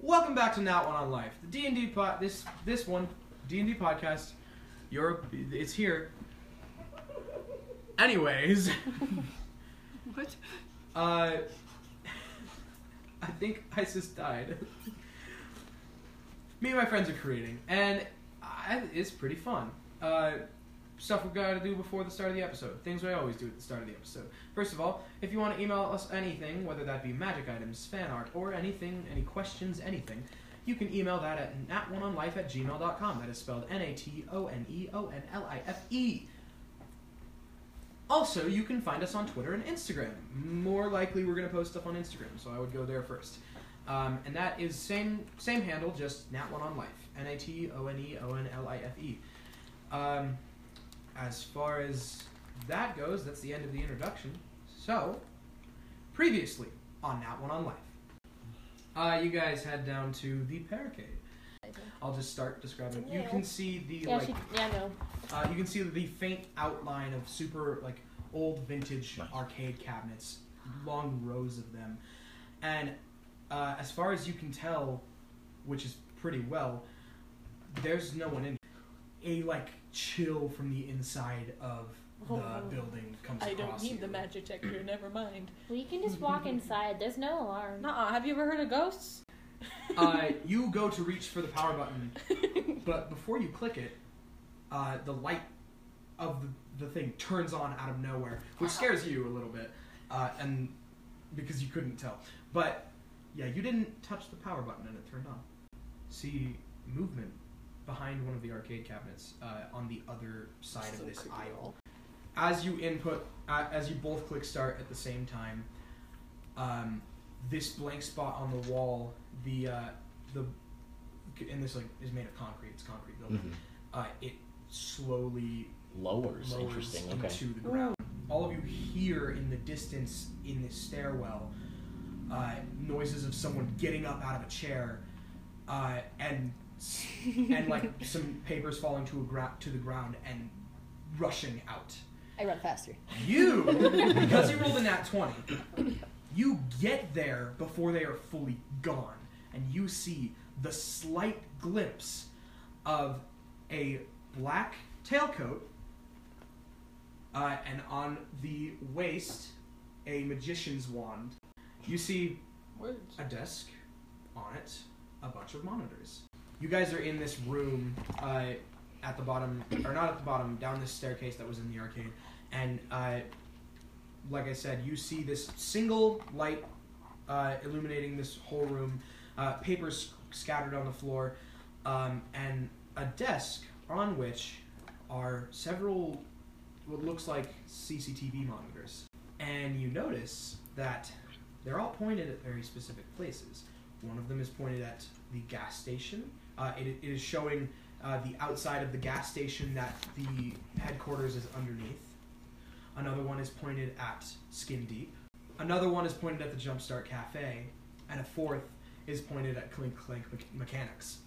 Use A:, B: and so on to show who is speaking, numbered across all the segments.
A: Welcome back to Not One on Life, the D and D pod. This this one D and D podcast. Europe, it's here. Anyways,
B: What?
A: uh, I think ISIS died. Me and my friends are creating, and I, it's pretty fun. Uh, stuff we've got to do before the start of the episode. Things we always do at the start of the episode. First of all, if you want to email us anything, whether that be magic items, fan art, or anything, any questions, anything, you can email that at natoneonlife at gmail.com. That is spelled N A T O N E O N L I F E. Also, you can find us on Twitter and Instagram. More likely, we're going to post stuff on Instagram, so I would go there first. Um, and that is same same handle, just Nat One on Life. N A T O N E O N L I F E. Um, as far as that goes, that's the end of the introduction. So, previously on Nat One on Life, uh, you guys head down to the barricade. I'll just start describing. You
C: Yeah.
A: can see the
C: Yeah,
A: like
C: she, yeah, no.
A: uh, you can see the faint outline of super like old vintage
D: Nice.
A: arcade cabinets, long rows of them, and uh, as far as you can tell, which is pretty well, there's no one in. A like chill from the inside of the
C: Oh.
A: building comes
B: I
A: across
B: don't need
A: you.
B: the magic detector. Never mind.
C: We can just walk inside. There's no alarm.
B: Nuh-uh, have you ever heard of ghosts?
A: uh, you go to reach for the power button, but before you click it, uh, the light of the, the thing turns on out of nowhere, which scares you a little bit, uh, and because you couldn't tell. But yeah, you didn't touch the power button and it turned on. See movement behind one of the arcade cabinets uh, on the other side
B: So
A: of this
B: creepy.
A: aisle. As you input, uh, as you both click start at the same time, um, this blank spot on the wall, the uh, the and this like is made of concrete. It's a concrete building.
D: Mhm.
A: Uh, it slowly
D: Lowers.
A: lowers
D: Interesting.
A: into
D: Okay.
A: the ground. All of you hear in the distance in this stairwell uh, noises of someone getting up out of a chair, uh, and s- and like some papers falling to a gra- to the ground and rushing out.
C: I run faster.
A: You, because you rolled a nat 20, you get there before they are fully gone, and you see the slight glimpse of a black tailcoat, uh, and on the waist, a magician's wand. You see
B: Words.
A: a desk, on it, a bunch of monitors. You guys are in this room uh, at the bottom, or not at the bottom, down this staircase that was in the arcade, and uh, like I said, you see this single light uh, illuminating this whole room, uh, papers scattered on the floor, um, and a desk on which are several what looks like CCTV monitors. And you notice that they're all pointed at very specific places. One of them is pointed at the gas station. Uh, it, it is showing uh, the outside of the gas station that the headquarters is underneath. Another one is pointed at Skin Deep. Another one is pointed at the Jumpstart Cafe. And a fourth is pointed at Clink Clank Mech- Mechanics.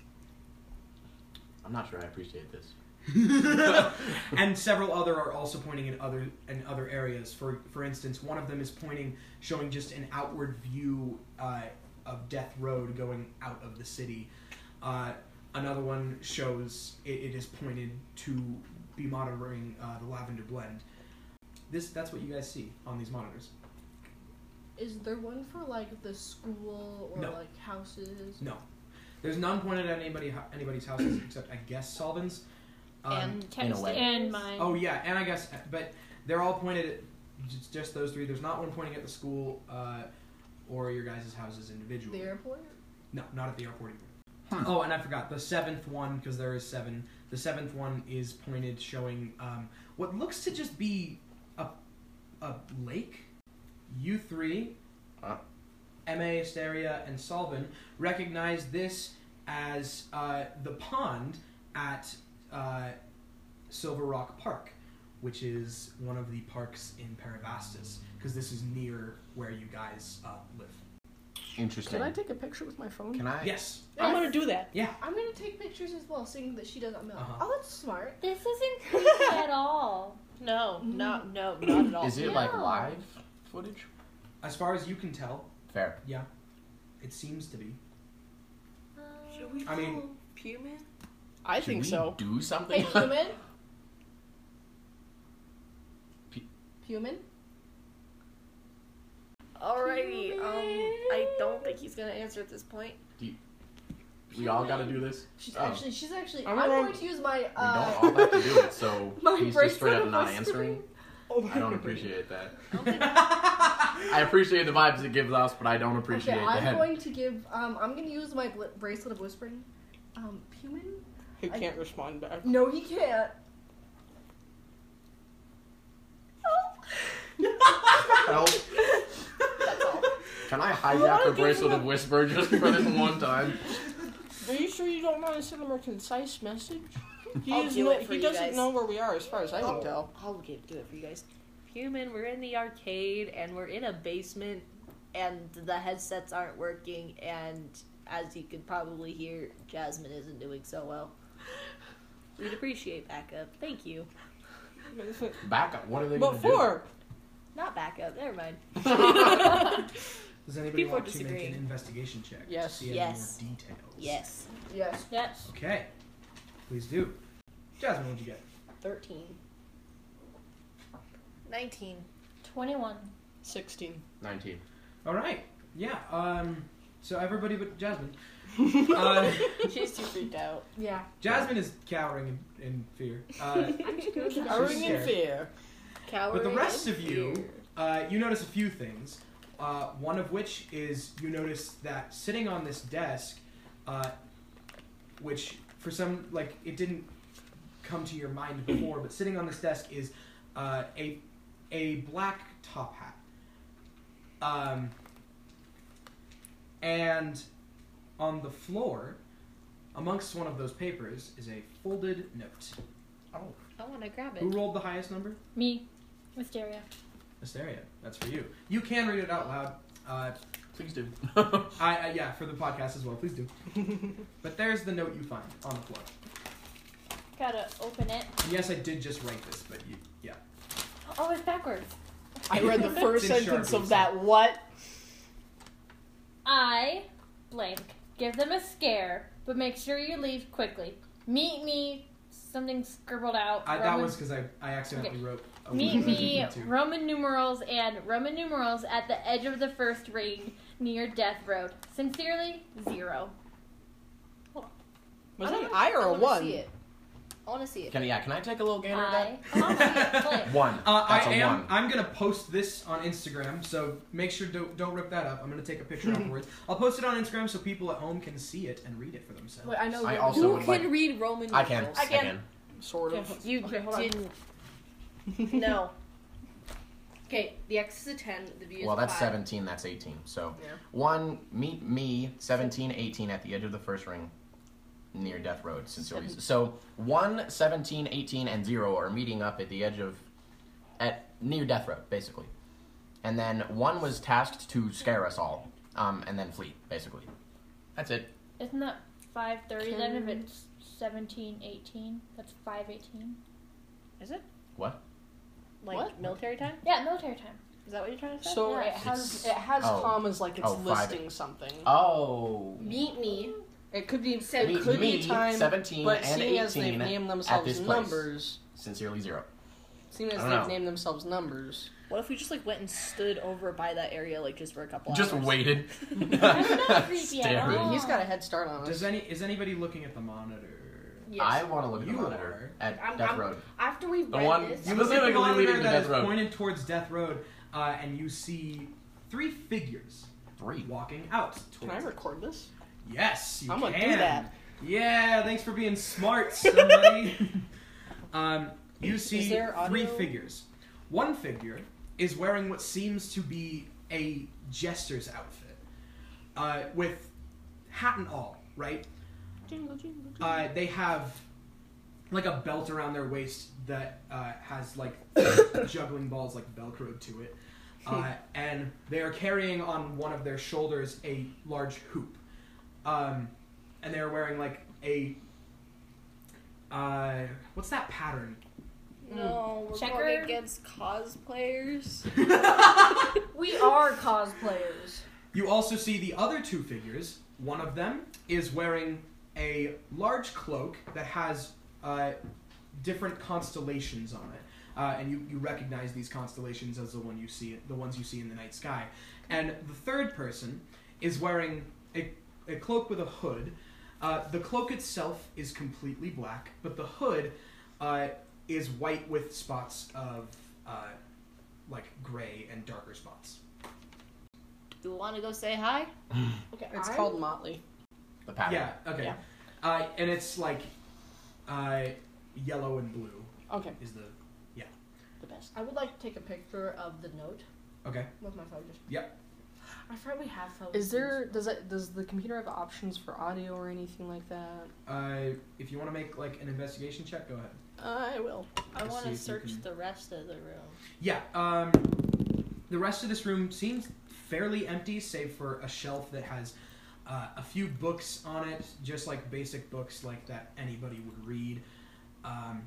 D: I'm not sure I appreciate this.
A: and several other are also pointing in other in other areas. For for instance, one of them is pointing, showing just an outward view uh, of Death Road going out of the city. Uh, another one shows it, it is pointed to be monitoring uh, the Lavender Blend. This that's what you guys see on these monitors.
E: Is there one for like the school or
A: No.
E: like houses?
A: No, there's none pointed at anybody anybody's houses except I guess Um, Solvin's.
E: and
D: In a way.
C: And mine.
A: Oh yeah, and I guess, but they're all pointed at j- just those three. There's not one pointing at the school uh, or your guys' houses individually.
E: the airport?
A: No, not at the airport either. Oh, and I forgot the seventh one because there is seven. The seventh one is pointed, showing um, what looks to just be a a lake. You three,
D: Huh?
A: Ma Asteria and Solvin recognize this as uh, the pond at uh, Silver Rock Park, which is one of the parks in Parabastis, because this is near where you guys uh, live.
D: Interesting.
B: Can I take a picture with my phone?
D: Can I-
A: Yes.
B: I'm gonna do that.
A: Yeah.
E: I'm gonna take pictures as well, seeing that she doesn't mail.
A: Uh-huh.
E: Oh, that's smart.
C: This isn't creepy at all.
B: No, not no, not at all.
D: Is it like
C: No.
D: live footage?
A: As far as you can tell,
D: Fair.
A: yeah, it seems to be.
C: Um,
F: we
A: I mean-
F: call human?
B: I
D: Should
B: think
D: we
B: so.
D: Do
E: Hey,
D: something.
E: human.
D: P-
E: Human.
F: Alrighty. Um, I don't think he's gonna answer at this point.
D: we all got to do this.
E: She's
D: Oh.
E: actually. She's actually.
A: I'm
E: I'm,
A: wrong.
E: going to use my.
D: We
E: Uh,
D: don't all have to do it, so
F: My
D: he's just straight
F: bracelet
D: up
F: on
D: not
F: my
D: answering.
A: Oh,
D: I don't appreciate that.
F: Okay.
D: I appreciate the vibes it gives us, but I don't appreciate
E: okay, I'm
D: that.
E: going to give. Um, I'm going to use my bl- bracelet of whispering. Um, human.
B: Who
E: I-
B: can't respond back?
E: No, he can't.
B: Oh.
D: Help. Can I hijack
B: wanna
D: the
B: give
D: bracelet
B: him
D: of
B: a-
D: whisper just for this one time?
B: Are you sure you don't want to send him a concise message? He,
F: I'll
B: is
F: do
B: no-
F: it for
B: he
F: you
B: doesn't
F: guys.
B: know where we are, as far as I can tell.
F: I'll get, do it for you guys. Human, we're in the arcade and we're in a basement and the headsets aren't working and as you could probably hear, Jasmine isn't doing so well. We'd appreciate backup. Thank you.
D: Back up. What are they
B: What
D: gonna
B: for?
F: Not backup, never mind.
A: Does anybody
F: People are
A: want to make
F: disagreeing.
A: an investigation check?
B: Yes.
A: To see
F: Yes.
A: Any more details.
F: Yes.
E: Yes.
C: Yes.
A: Okay. Please do. Jasmine, what'd you get?
E: Thirteen.
F: 19.
C: 21.
B: 16.
D: do? Nineteen.
A: All right. Yeah. Um. So everybody but Jasmine. Uh,
B: She's too freaked out.
E: Yeah.
A: Jasmine is cowering in, in fear. Uh,
B: Cowering in
A: scared.
B: fear.
F: Cowering
A: But the rest
F: in
A: of you-
F: fear.
A: uh, you notice a few things. Uh, one of which is you notice that sitting on this desk, uh, which for some like it didn't come to your mind before, but sitting on this desk is uh, a a black top hat. Um, and on the floor, amongst one of those papers, is a folded note.
F: I want to grab
A: Who
F: it.
A: rolled the highest number?
C: Me. Wisteria.
A: Mysteria. That's for you. You can read it out loud. Uh,
D: Please do.
A: I, I yeah, for the podcast as well. Please do. but there's the note you find on the floor.
C: Gotta open it.
A: And yes, I did just write this, but you yeah.
C: Oh, it's backwards.
B: I read the first
A: It's in
B: sentence
A: Sharpies.
B: of that. What?
C: I, blank, give them a scare, but make sure you leave quickly. Meet me, something scribbled out.
A: I, that
C: Roman-
A: was because I, I accidentally wrote. A
C: Meet
A: word
C: me,
A: too.
C: Roman numerals and Roman numerals at the edge of the first ring near Death Road. Sincerely, zero.
B: Was
F: I
B: it an
F: don't know.
B: I or a
F: I want to see
B: one?
F: it. I want to see it.
D: Can yeah? Can I take a little gander at
C: I,
D: that?
C: blank.
D: One.
A: Uh,
D: That's
A: I
D: a
A: am.
D: one.
A: I'm gonna post this on Instagram, so make sure don't don't rip that up. I'm gonna take a picture afterwards. I'll post it on Instagram so people at home can see it and read it for themselves.
E: Wait, I know.
D: I
E: you-
D: also
F: Who
D: would
F: can
D: like-
F: read Roman
D: I can.
F: numerals?
D: I
C: Again.
D: can.
B: Sort of.
F: You
B: Okay, hold on.
F: didn't. No. Okay, the X is a 10, the V is
D: Well,
F: a
D: that's
F: 5.
D: 17. That's 18. So
B: Yeah.
D: one, meet me, 17, 18 at the edge of the first ring near Death Road. Sincerely. So one, 17, 18, and zero are meeting up at the edge of at near Death Road, basically. And then one was tasked to scare us all, um, and then flee, basically. That's it.
C: Isn't that 530 then if
F: Can-
C: it's 17, 18? That's 518.
F: Is it?
D: What?
F: Like
B: What?
F: military time?
C: Yeah, military time.
F: Is that what you're trying to say?
B: So
C: Yeah.
B: it has
D: It's-
B: it has
D: oh.
B: commas like it's
D: Oh, five.
B: listing something.
D: Oh.
F: Meet me.
B: It could be
F: Said
B: it
D: Meet
B: could
D: me,
B: be time,
D: 17
B: but
D: and
B: seeing as they've
D: 18
B: named
D: at this
B: themselves
D: place.
B: numbers,
D: Sincerely zero.
B: seeing as
D: I don't
B: they've
D: know.
B: named themselves numbers,
F: What if we just like went and stood over by that area like just for a couple
D: Just
F: hours?
D: waited.
C: That's not creepy at
D: Staring.
C: all.
B: he's got a head start on us.
A: Does any is anybody looking at the monitor?
F: Yes.
D: I want to look at the
A: You
D: monitor at
F: I'm-
D: Death
F: I'm-
D: Road.
F: After we
D: The
F: read
D: one-
F: this,
A: You look at the
D: Specifically leading
A: monitor that
D: to Death
A: is
D: Road.
A: pointed towards Death Road, uh, and you see three figures
D: Three.
A: walking out.
B: Can I
A: towards it.
B: record this?
A: Yes, you
B: I'm
A: can.
B: gonna do that.
A: Yeah, thanks for being smart, somebody. um, you
B: Is
A: see
B: there
A: three
B: audio?
A: figures. One figure is wearing what seems to be a jester's outfit, uh, with hat and all, right?
B: Jingle, jingle, jingle.
A: Uh, they have like a belt around their waist that uh, has like juggling balls like Velcro to it. Uh, and they are carrying on one of their shoulders a large hoop. Um, and they're wearing like a. Uh, what's that pattern?
F: no, we're
C: Checker?
F: going against cosplayers.
E: we are cosplayers.
A: You also see the other two figures. One of them is wearing a large cloak that has uh, different constellations on it. Uh, and you, you recognize these constellations as the one you see the ones you see in the night sky. And the third person is wearing a, a cloak with a hood. Uh, the cloak itself is completely black, but the hood uh, is white with spots of uh, like gray and darker spots.
F: Do you want to go say hi?
B: Okay,
E: It's
B: it's
E: called
B: called Motley.
D: The pattern.
A: Yeah. Okay.
B: Yeah.
A: Uh, and it's like uh, yellow and blue
B: Okay,
A: is the
B: the best.
E: I would like to take a picture of the note
A: okay.
E: with my phone. Just
A: Yep.
E: I forgot we have phones.
B: Is there does it does the computer have options for audio or anything like that?
A: Uh, if you want to make like an investigation check, go ahead.
B: I will.
F: I
A: Let's
F: want
A: see
F: to
A: if you
F: search
A: can-
F: the rest of the room.
A: Yeah. Um, the rest of this room seems fairly empty, save for a shelf that has uh, a few books on it, just like basic books like that anybody would read. Um,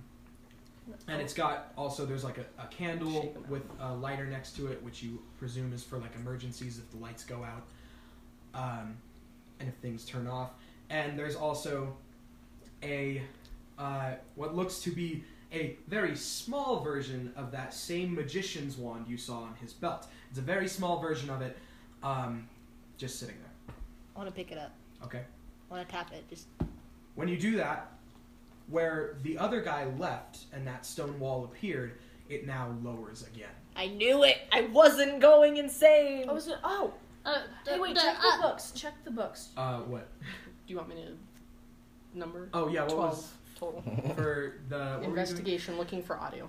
A: and it's got also there's like a, a
B: Shake
A: candle
B: 'em out.
A: with a lighter next to it, which you presume is for like emergencies if the lights go out, um, and if things turn off. And there's also a uh, what looks to be a very small version of that same magician's wand you saw on his belt. It's a very small version of it, um, just sitting there.
F: I want to pick it up.
A: Okay.
F: I want to tap it. Just
A: When you do that, where the other guy left and that stone wall appeared, it now lowers again.
F: I knew it. I wasn't going insane.
E: Oh, is it? Oh,
C: Uh, the,
E: hey, wait.
C: the,
E: check
C: uh,
E: the books. Check the books.
A: Uh, what?
B: Do you want me to number?
A: Oh yeah, what
B: Twelve
A: was
B: total.
A: for the what were you doing?
B: Investigation looking for audio.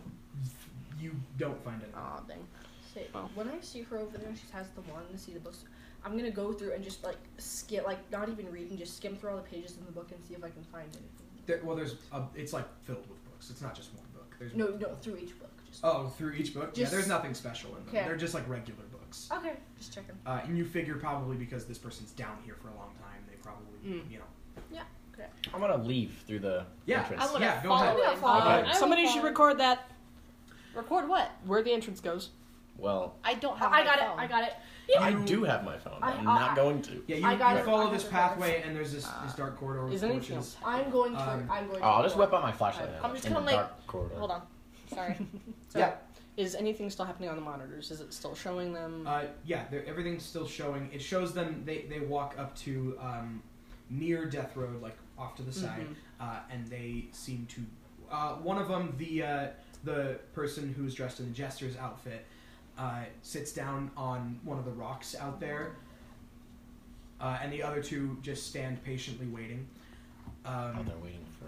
A: You don't find it.
B: Aw, dang.
E: Say,
B: Oh.
E: When I see her over there and she has the wand and see the books, I'm gonna go through and just like skim, like not even reading, just skim through all the pages in the book and see if I can find anything.
A: There, well, there's a, it's like filled with books. It's not just one book. There's
E: No, no, through each book. Just
A: Oh, through each book. yeah,
E: Just-
A: there's nothing special in them.
E: Okay.
A: They're just like regular books.
E: okay, just checking.
A: Uh, and you figure probably because this person's down here for a long time, they probably
E: Hmm.
B: Mm.
A: you know.
D: I'm gonna leave through the
A: Yeah,
D: entrance.
F: I want to
A: Yeah, go
F: follow
A: ahead.
F: it.
E: Yeah, follow
D: Okay.
C: Uh, I will
B: Somebody
C: follow.
B: should record that.
F: Record what?
B: Where the entrance goes.
D: Well,
F: I don't have.
E: I
F: my
E: got
F: phone.
E: it. I got it.
D: I
A: You-
D: do have my phone.
E: I-
D: I'm
E: I-
D: not
E: I-
D: going to.
A: Yeah,
E: I
A: you,
E: got
A: you
E: it.
A: follow
E: I
A: this
E: got it. Uh,
A: pathway, and there's this, this dark corridor with
B: Is anything
A: torches.
B: else?
E: I'm going to.
A: Um,
E: I'm going.
D: Oh,
E: to
D: I'll just
E: look.
D: whip out my flashlight.
B: I'm
D: now.
F: just
D: In
F: gonna,
D: the
F: like,
D: dark corridor.
C: Hold on. Sorry.
A: Yeah.
B: Is anything still happening on the monitors? Is it still showing them?
A: Uh, yeah, they're- everything's still showing. It shows them they, they walk up to um, near Death Road, like off to the side,
B: Mhm.
A: uh, and they seem to. Uh, one of them, the uh, the person who's dressed in the jester's outfit, uh, sits down on one of the rocks out there, uh, and the other two just stand patiently waiting.
D: Oh,
A: Um,
D: they're waiting for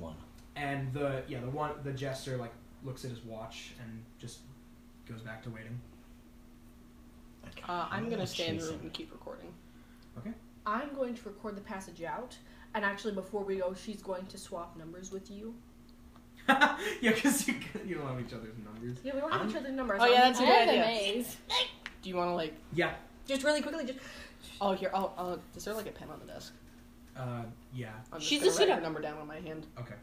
D: one.
A: and the yeah the one the jester like looks at his watch and just goes back to waiting.
B: Uh, I'm gonna
D: I'm
B: stay in the
D: chasing
B: room and
D: it.
B: keep recording.
E: I'm going to record the passage out, and actually, before we go, she's going to swap numbers with you.
A: yeah, because you, you don't have each other's numbers.
E: Yeah, we don't have each other's numbers.
B: Oh, yeah,
E: I'm-
B: that's
C: I
B: a good
C: am
B: idea.
C: amazed.
B: Do you want to like?
A: Yeah.
E: just really quickly. Just
B: Oh here. Oh, uh, is there like a pen on the desk?
A: Uh, yeah.
B: I'm
C: She's
B: gonna
C: a
B: write her
C: sitter.
B: number down on my hand.
A: Okay.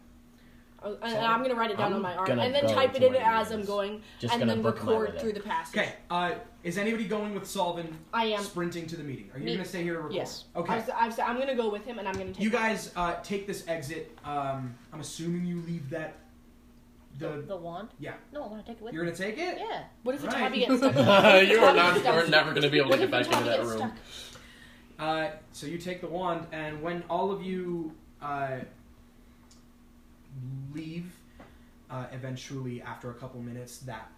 E: oh, and I'm gonna write it down
D: I'm
E: on my arm,
D: gonna
E: and then
D: go
E: type it
D: to
E: in
D: my
E: as I'm
D: ears.
E: going,
D: Just
E: and
D: gonna
E: then
D: book my way
E: record
D: there.
E: through the passage.
A: Okay. Uh, is anybody going with Solvin
E: I am.
A: sprinting to the meeting? Are you
C: Me.
A: going to stay here to record?
B: Yes.
A: Okay.
E: I've, I've, I'm gonna go with him, and I'm gonna take.
A: you guys uh, take this exit. Um, I'm assuming you leave that.
F: The,
A: The
F: the wand?
A: Yeah.
F: No, I want to take it with
A: you're going to take it.
F: me. Yeah.
E: What if
A: Right.
E: Tabby gets stuck?
D: you are not. You're never gonna be able to get back into that room.
A: Uh, so you take the wand, and when all of you uh, leave, uh, eventually after a couple minutes, that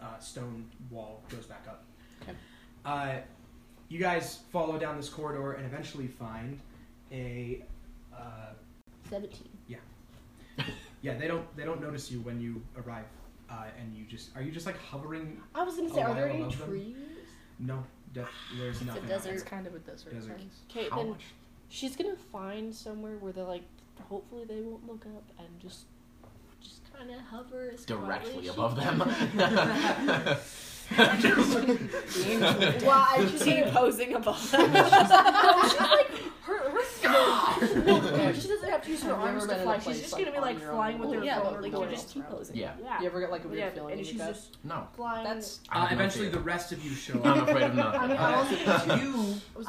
A: uh, stone wall goes back up.
B: Okay.
A: Uh, you guys follow down this corridor and eventually find a. Uh,
F: Seventeen.
A: yeah, they don't they don't notice you when you arrive, uh, and you just are you just like hovering?
E: I was gonna say, are there
A: Allow
E: any
A: of them?
E: trees?
A: No, def- there's nothing. out there.
B: It's kind of a desert.
A: Desert.
B: friends.
E: Okay,
A: How
E: then
A: much?
E: she's gonna find somewhere where they're like, hopefully they won't look up and just, just kind of hover as quietly as
D: Directly
E: she
D: above them.
E: can. Well, I just
F: She posing above.
E: no, she's like her her. no, no, she doesn't have to use her her
G: Have you ever
E: arms to
G: been in a
E: fly.
G: place,
E: She's just
G: like,
E: gonna be
G: on
E: like
G: your own
E: flying with
G: Well,
E: her
F: yeah,
E: phone
F: but
E: or
F: like you're
E: whatever.
F: just T-posing.
D: Yeah.
E: Yeah.
G: You ever get like a weird
E: Yeah,
G: feeling in
E: and
G: your
E: she's
G: gut?
E: just
D: No.
E: flying.
G: That's
D: I have
A: Uh,
D: no
A: eventually, the
D: fear.
A: rest of you show
D: I'm
A: up.
D: afraid of
E: I
D: nothing.
E: mean, I was,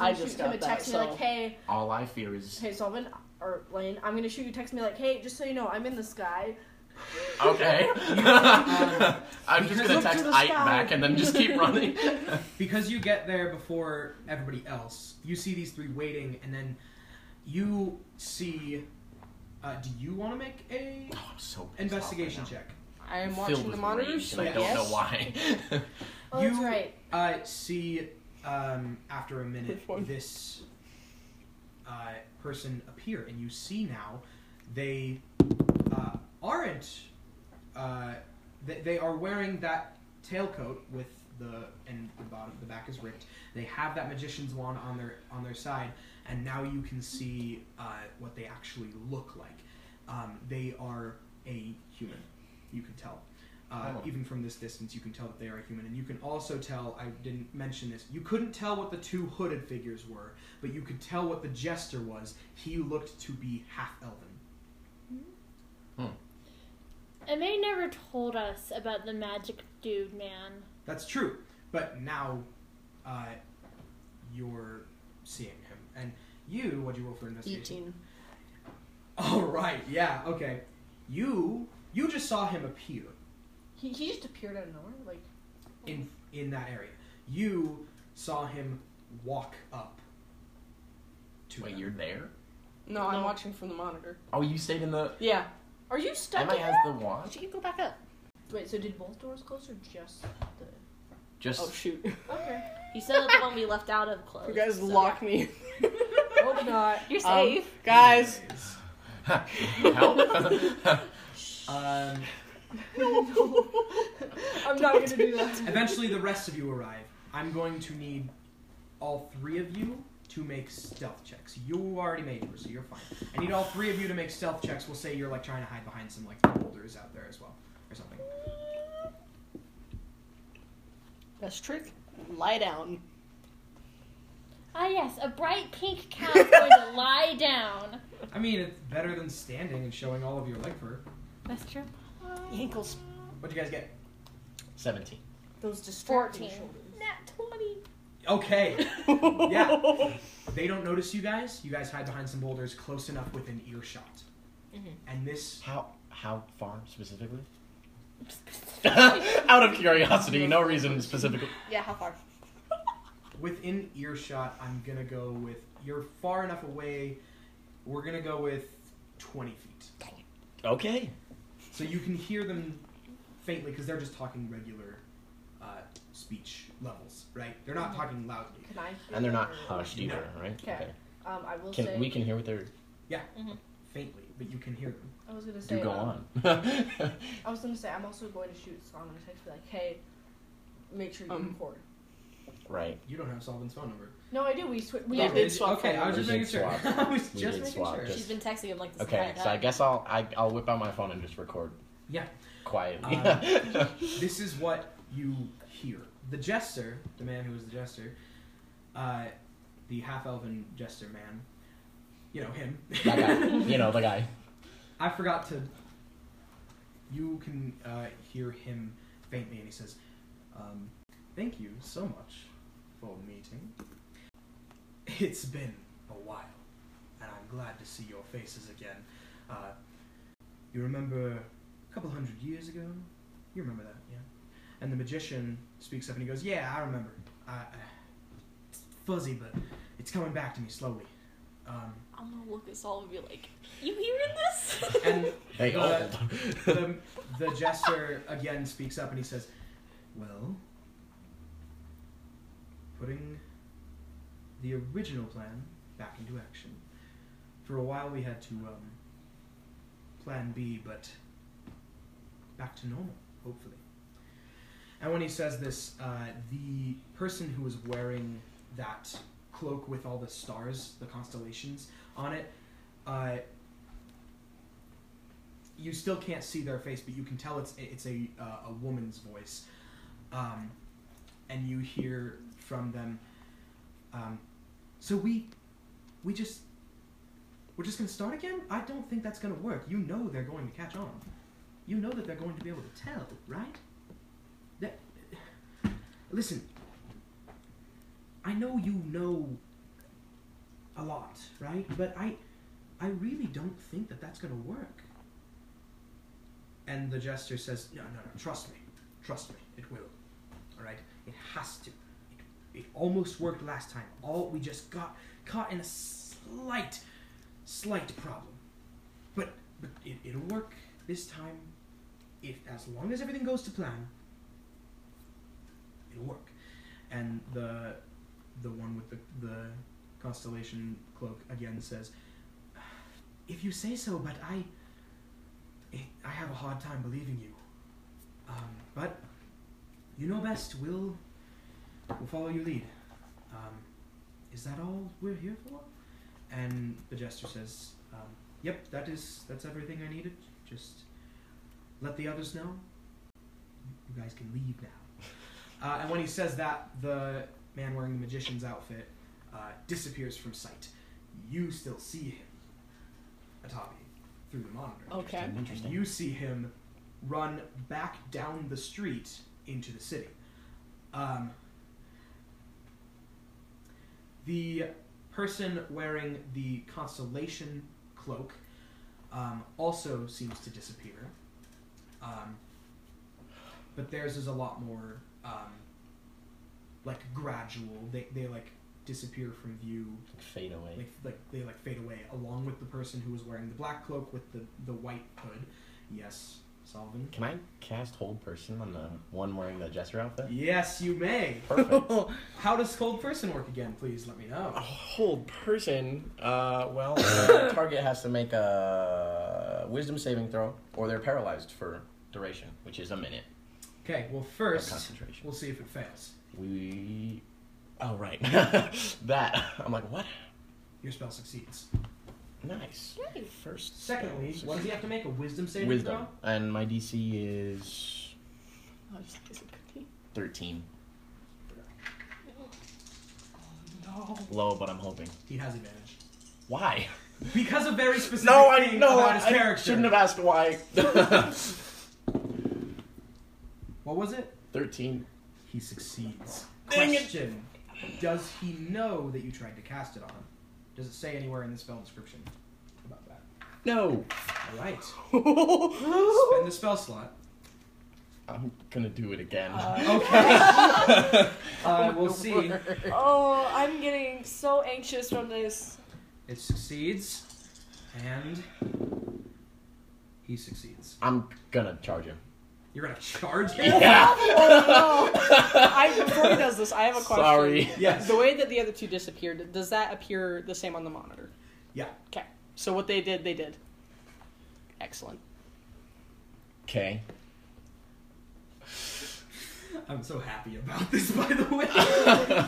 A: Uh, you
E: I was gonna
G: I just
E: shoot him
G: got
E: a
G: that,
E: text me
G: so-
E: like, hey,
D: All I fear is.
E: hey, Solomon, or Lane, I'm gonna shoot you a text me like, hey, just so you know, I'm in the sky.
D: Okay. I'm just gonna
A: Look
D: text
E: the
D: Ike
E: sky.
D: back and then just keep running.
A: because you get there before everybody else you see these three waiting and then you see uh, do you want to make a
D: Oh, I'm so pissed off
A: investigation
D: right now.
A: check
B: I am
D: I'm filled
B: watching the
D: with
B: monitors,
D: rage,
B: so
D: and I
B: yes.
D: don't know why.
E: Oh,
A: You-
E: that's right.
A: uh, see um, after a minute
B: Which one?
A: this uh, person appear and you see now they uh, aren't uh, they, they are wearing that tailcoat with the and the bottom the back is ripped they have that magician's wand on their on their side and now you can see uh, what they actually look like um, they are a human you can tell uh,
D: Oh.
A: even from this distance you can tell that they are a human and you can also tell i didn't mention this you couldn't tell what the two hooded figures were but you could tell what the jester was he looked to be half elven
C: And they never told us about the magic dude man.
A: That's true. But now, uh, you're seeing him, and you. What'd you roll for investigation?
E: Eighteen.
A: All right. Yeah. Okay. You. You just saw him appear
E: He, he just appeared out of nowhere. Like,
A: in in that area. You saw him walk up. To
D: Wait,
A: them.
D: you're there?
B: No, I'm watching from the monitor.
D: Oh, you stayed in the.
B: Yeah.
E: are you stuck?
D: Emma
E: in
D: has
E: there?
D: the wand?
F: She can go back up.
E: Wait, so did both doors close or just the?
D: Just.
B: Oh shoot.
E: Okay.
F: You said that the one we left out of closed.
B: You guys
F: so-
B: lock me.
E: Hope not.
F: You're
B: Um,
F: safe.
B: guys.
A: Anyways,
D: Help?
A: Um,
E: I'm not gonna do that.
A: eventually, the rest of you arrive. I'm going to need all three of you to make stealth checks. You already made yours, so you're fine. I need all three of you to make stealth checks. We'll say you're like trying to hide behind some like boulders out there as well, or something.
B: Best trick? Lie down.
C: Ah, yes, a bright pink cat's going to lie down.
A: I mean, it's better than standing and showing all of your leg fur.
C: That's true.
B: Ankles.
A: What'd you guys get?
D: 17.
E: Those distracting
C: 14.
E: shoulders.
C: Nat 20.
A: Okay,
B: yeah.
A: they don't notice you guys. You guys hide behind some boulders close enough within earshot.
F: Mhm.
A: And this,
D: How how far specifically? Out of curiosity, no reason specifically.
F: Yeah, how far?
A: within earshot, I'm gonna go with you're far enough away. We're gonna go with 20 feet,
D: Okay.
A: so you can hear them faintly because they're just talking regular uh, speech levels, right? They're not
B: Mm-hmm.
A: talking loudly.
E: Can I? hear
D: And they're not
E: her?
D: hushed either, right?
E: Okay. Um, I will say.
D: Can we can hear what they're
A: faintly, but you can hear them.
E: I was gonna say.
D: do go
E: um,
D: on.
E: I was gonna say I'm also going to shoot Solomon a text be like, hey, make sure you
B: Um,
E: record.
D: right.
A: You don't have Solvin's phone number.
E: No, I do. We sw- we
B: Yeah,
A: Oh,
B: did
A: you-
B: swap
A: Okay,
B: phone
A: I was just making
D: numbers.
A: sure.
D: We did
A: I was
D: We
A: just
D: did
A: making
D: swap,
A: sure.
D: just-
F: She's been texting him like this
D: Okay,
F: entire
D: so I
F: time.
D: guess I'll I, I'll whip out my phone and just record
A: Yeah.
D: quietly.
A: Um, This is what you hear. The jester, the man who was the jester, uh, the half elven jester man, you know, him.
D: that guy, you know the guy.
A: I forgot to. You can uh, hear him faintly, and he says, um, Thank you so much for meeting. It's been a while, and I'm glad to see your faces again. Uh, you remember a couple hundred years ago? You remember that, yeah? And the magician speaks up and he goes, Yeah, I remember. I, I, it's fuzzy, but it's coming back to me slowly. Um,
F: I'm gonna look at Saul and be like, "You hearing this?"
A: and
D: They
A: The-
D: old.
A: the, um, the jester again speaks up and he says, Well, putting the original plan back into action. For a while we had to um, plan B, but back to normal, hopefully. And when he says this, uh, the person who was wearing that cloak with all the stars, the constellations on it, uh, you still can't see their face, but you can tell it's it's a uh, a woman's voice, um, and you hear from them. Um, so we, we just, we're just gonna start again? I don't think that's gonna work. You know they're going to catch on. You know that they're going to be able to tell, right? That. Listen. I know you know a lot, right? But I, I really don't think that that's gonna work. And the jester says, "No, no, no. Trust me. Trust me. It will. All right. It has to. It, it almost worked last time. All we just got caught in a slight, slight problem. But but it, it'll work this time. If as long as everything goes to plan, it'll work." And the the one with the the constellation cloak again says, "If you say so, but I." it, I have a hard time believing you. Um, but you know best. We'll we'll follow your lead. Um, is that all we're here for? And the jester says, um, "Yep, that is that's everything I needed. Just let the others know. You guys can leave now." Uh, and when he says that, the man wearing the magician's outfit uh, disappears from sight. You still see him, Atabi, through the monitor.
B: Okay.
D: Interesting.
A: You see him run back down the street into the city. Um, the person wearing the constellation cloak um, also seems to disappear. Um, but theirs is a lot more um, like gradual. They, they like disappear from view
D: Fade away.
A: like like they like fade away along with the person who was wearing the black cloak with the the white hood. Yes, Solvin.
D: Can I cast Hold Person on the one wearing the jester outfit?
A: Yes, you may.
D: Perfect.
A: How does cold person work again? Please let me know.
G: Hold person. Uh, well,
D: The target has to make a wisdom saving throw, or they're paralyzed for duration, which is a minute.
A: Okay, well
D: of
A: first
D: concentration.
A: we'll see if it fails.
D: We. Oh right, that. I'm like, what?
A: Your spell succeeds.
D: Nice. First.
A: Secondly,
D: spell
A: what does he have to make? A wisdom saving
D: Wisdom, and my DC is
B: I was like, is it cookie?
D: thirteen.
B: No.
D: Low, but I'm hoping.
A: throw? He has advantage
D: Why?
A: because of very specific
D: No, I
A: thing
D: no,
A: about
D: I,
A: his
D: I
A: character.
D: shouldn't have asked why.
A: What was it?
D: Thirteen.
A: He succeeds.
D: Dang it.
A: Question: Does he know that you tried to cast it on him? Does it say anywhere in the spell description about that?
D: No.
A: All right.
B: Spend
A: Spend the spell slot.
D: I'm gonna do it again.
A: Uh, we'll see.
B: Oh, I'm getting so anxious from this.
A: It succeeds, and he succeeds.
D: I'm gonna charge him.
A: You're gonna charge him.
B: Oh no! I, before he does this, I have a question.
D: Sorry.
A: Yes.
B: The way that the other two disappeared, does that appear the same on the monitor?
A: Yeah.
B: Okay. So what they did, they did. Excellent.
D: Okay.
A: I'm so happy about this, by the way.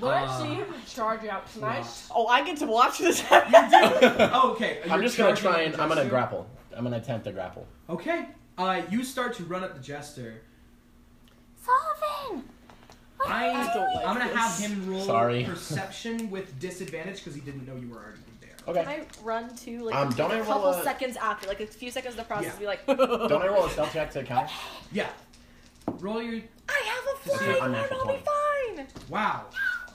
E: We're
A: Uh,
E: actually gonna charge out tonight.
B: Oh, I get to watch this happen. Oh,
A: okay.
D: I'm
A: you're
D: just gonna
A: charging
D: try
A: at
D: and
A: the
D: I'm gonna
A: jester?
D: grapple. I'm gonna attempt to grapple.
A: Okay. Uh, you start to run at the jester.
C: Solvin!
A: I,
B: I don't like
A: I'm gonna
B: this.
A: have him roll
D: Sorry.
A: perception with disadvantage because he didn't know you were already there.
F: Can
D: Okay.
F: I run to like
D: Um,
F: a
D: don't I roll
F: couple
D: a-
F: seconds after, like a few seconds of the process,
A: Yeah.
F: be like,
D: Don't I roll a stealth check to counter?
A: Yeah. Roll your
F: I
D: It's
F: have a
D: an
F: flying arm,
D: unnatural
F: I'll be
D: 20.
F: fine.
A: wow.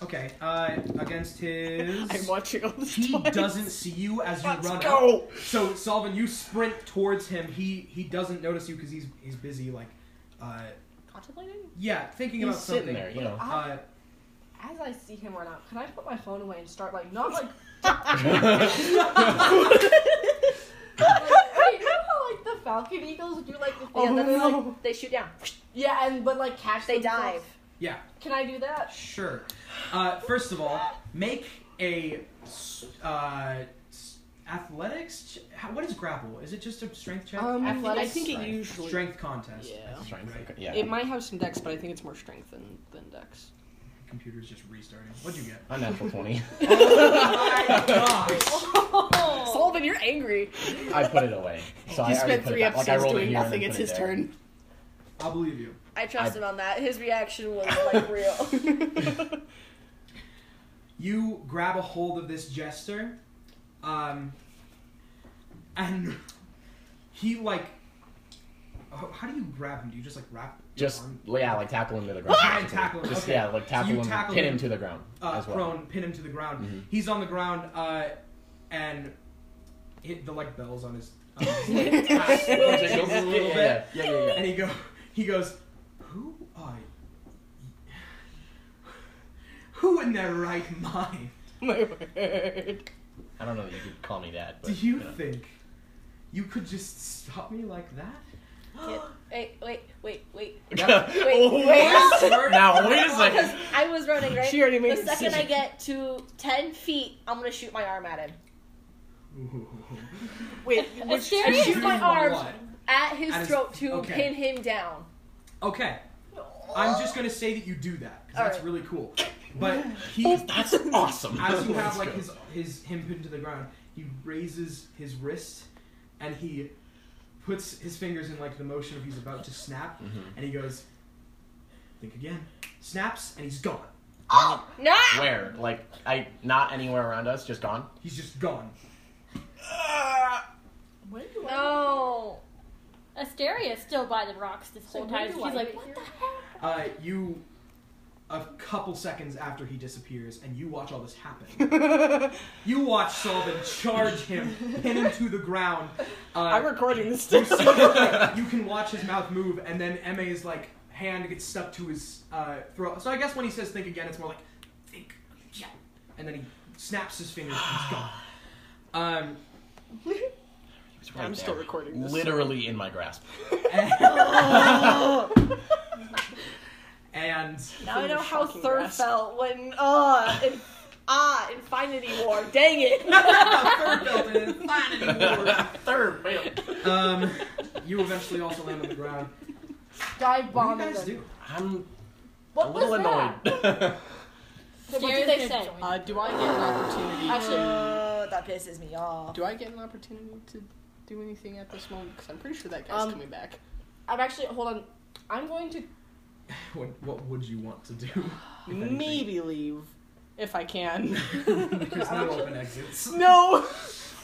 A: Okay. Uh, against his.
B: I'm watching all this.
A: He
B: twice.
A: doesn't see you as you
D: Let's
A: run
D: go.
A: up. So Solvin, you sprint towards him. He he doesn't notice you because he's he's busy like, uh,
F: Contemplating?
A: yeah, thinking
D: He's
A: about something.
D: sitting there, you know.
A: Uh,
E: As I see him run out, can I put my phone away and start like not like like, wait, you know how like the Falcon Eagles do like the thing
B: Oh,
F: Yeah,
E: that
F: that's
E: they, like,
F: like they shoot down.
E: yeah, and but like catch
F: They
E: themselves?
F: dive.
A: yeah,
E: Can I do that?
A: sure. Uh, first of all, make a s- uh, s- athletics. Ch- how, what is grapple? Is it just a strength check?
B: Um, I think- I
E: Athletics?
B: think it
D: Strength.
B: usually.
A: strength contest.
B: Yeah.
A: I think,
D: Strength,
A: right?
D: okay, Yeah.
B: It might have some dex, but I think it's more strength than, than dex.
A: Computer's just restarting. What'd you get?
D: Unnatural twenty.
A: oh my gosh!
B: Sullivan, you're angry.
D: I put it away. So I
B: you
D: already
B: spent
D: put
B: three
D: it back.
B: episodes
D: Like I rolled it
B: doing
D: here and
B: nothing.
D: then
B: It's
D: put it
B: his
D: there.
B: turn.
A: I believe you.
F: I trust
D: I-
F: him on that. His reaction was like real.
A: You grab a hold of this jester Um, and he like, how, how do you grab him? Do you just like wrap? your
D: Just
A: arm?
D: yeah, like tackle him to the ground.
A: Ah! And tackle him,
D: Just
A: okay.
D: yeah, like
A: So
D: tackle
A: you
D: him,
A: tackle
D: pin
A: him,
D: him to the ground
A: uh,
D: as well.
A: prone, pin him to the ground.
D: Mhm.
A: He's on the ground, uh, and hit the like bells on his. On his like, ass
D: Yeah,
A: jiggles a little bit,
D: yeah, yeah, yeah, yeah.
A: and he go, he goes, who are, y- who in their right mind
B: My word.
D: I don't know that you could call me that.
A: do
D: But,
A: you
D: know.
A: think you could just stop me like that?
F: Wait, wait, wait, wait.
A: Yep.
F: Wait, wait.
D: Oh, now wait a
F: Because
D: second.
F: I was running, right?
B: She already made
F: the
B: a
F: second I
B: decision.
F: get to 10 feet, I'm going to shoot my arm at him.
A: Ooh.
B: Wait,
F: As
B: which,
F: scary
A: Shoot
F: as my
A: him
F: arm
A: what?
F: at his
A: At his-
F: throat to
A: okay.
F: pin him down.
A: Okay. I'm just gonna say that you do that 'cause that's
F: Alright. Oh.
A: really cool. But he,
D: That's awesome.
A: as you have
D: Let's
A: like
D: go.
A: his his him pinned to the ground, he raises his wrist and he puts his fingers in like the motion of he's about to snap,
D: Mhm.
A: and he goes, "Think again." Snaps and he's gone.
F: No!
D: Where? Like I not anywhere around us, just gone?
A: He's just gone.
E: When do I?
F: No!
C: Asteria's still by the rocks this
E: So
C: whole
E: when
C: time.
E: do
C: She's
E: I
C: like,
E: get
C: what
E: here?
C: the heck?
A: Uh, you, a couple seconds after he disappears, and you watch all this happen. You watch Sullivan charge him, pin him to the ground.
B: I'm
A: Uh,
B: recording this too.
A: you can watch his mouth move, and then Emma's like hand gets stuck to his uh, throat. So I guess when he says "think again," it's more like "think yeah," and then he snaps his fingers and he's gone. Um,
D: It's
B: I'm
D: right
B: still
D: there.
B: recording this.
D: Literally in my grasp.
A: and, and
F: Now I know how
B: Shocking
F: Thor
B: grasp.
F: felt when, uh, in, ah, Infinity War. Dang it!
A: Third belt and Infinity
D: Third fail.
A: War. Um, you eventually also land on the ground.
E: Dive
A: What
E: bomb
A: do you
E: and
A: guys
E: then-
A: do?
D: I'm
F: What
D: a little
F: was that?
D: annoyed.
E: What
C: Scary
E: do they
C: as
E: say?
C: hell.
B: Uh, do I get an opportunity?
F: Uh, that pisses me off.
B: do I get an opportunity to do anything at this moment? Because I'm pretty sure that guy's
E: Um,
B: coming back.
E: I'm actually hold on. I'm going to.
A: What, what would you want to do? if anything?
B: Maybe leave if I can.
A: There's no open exits.
B: no,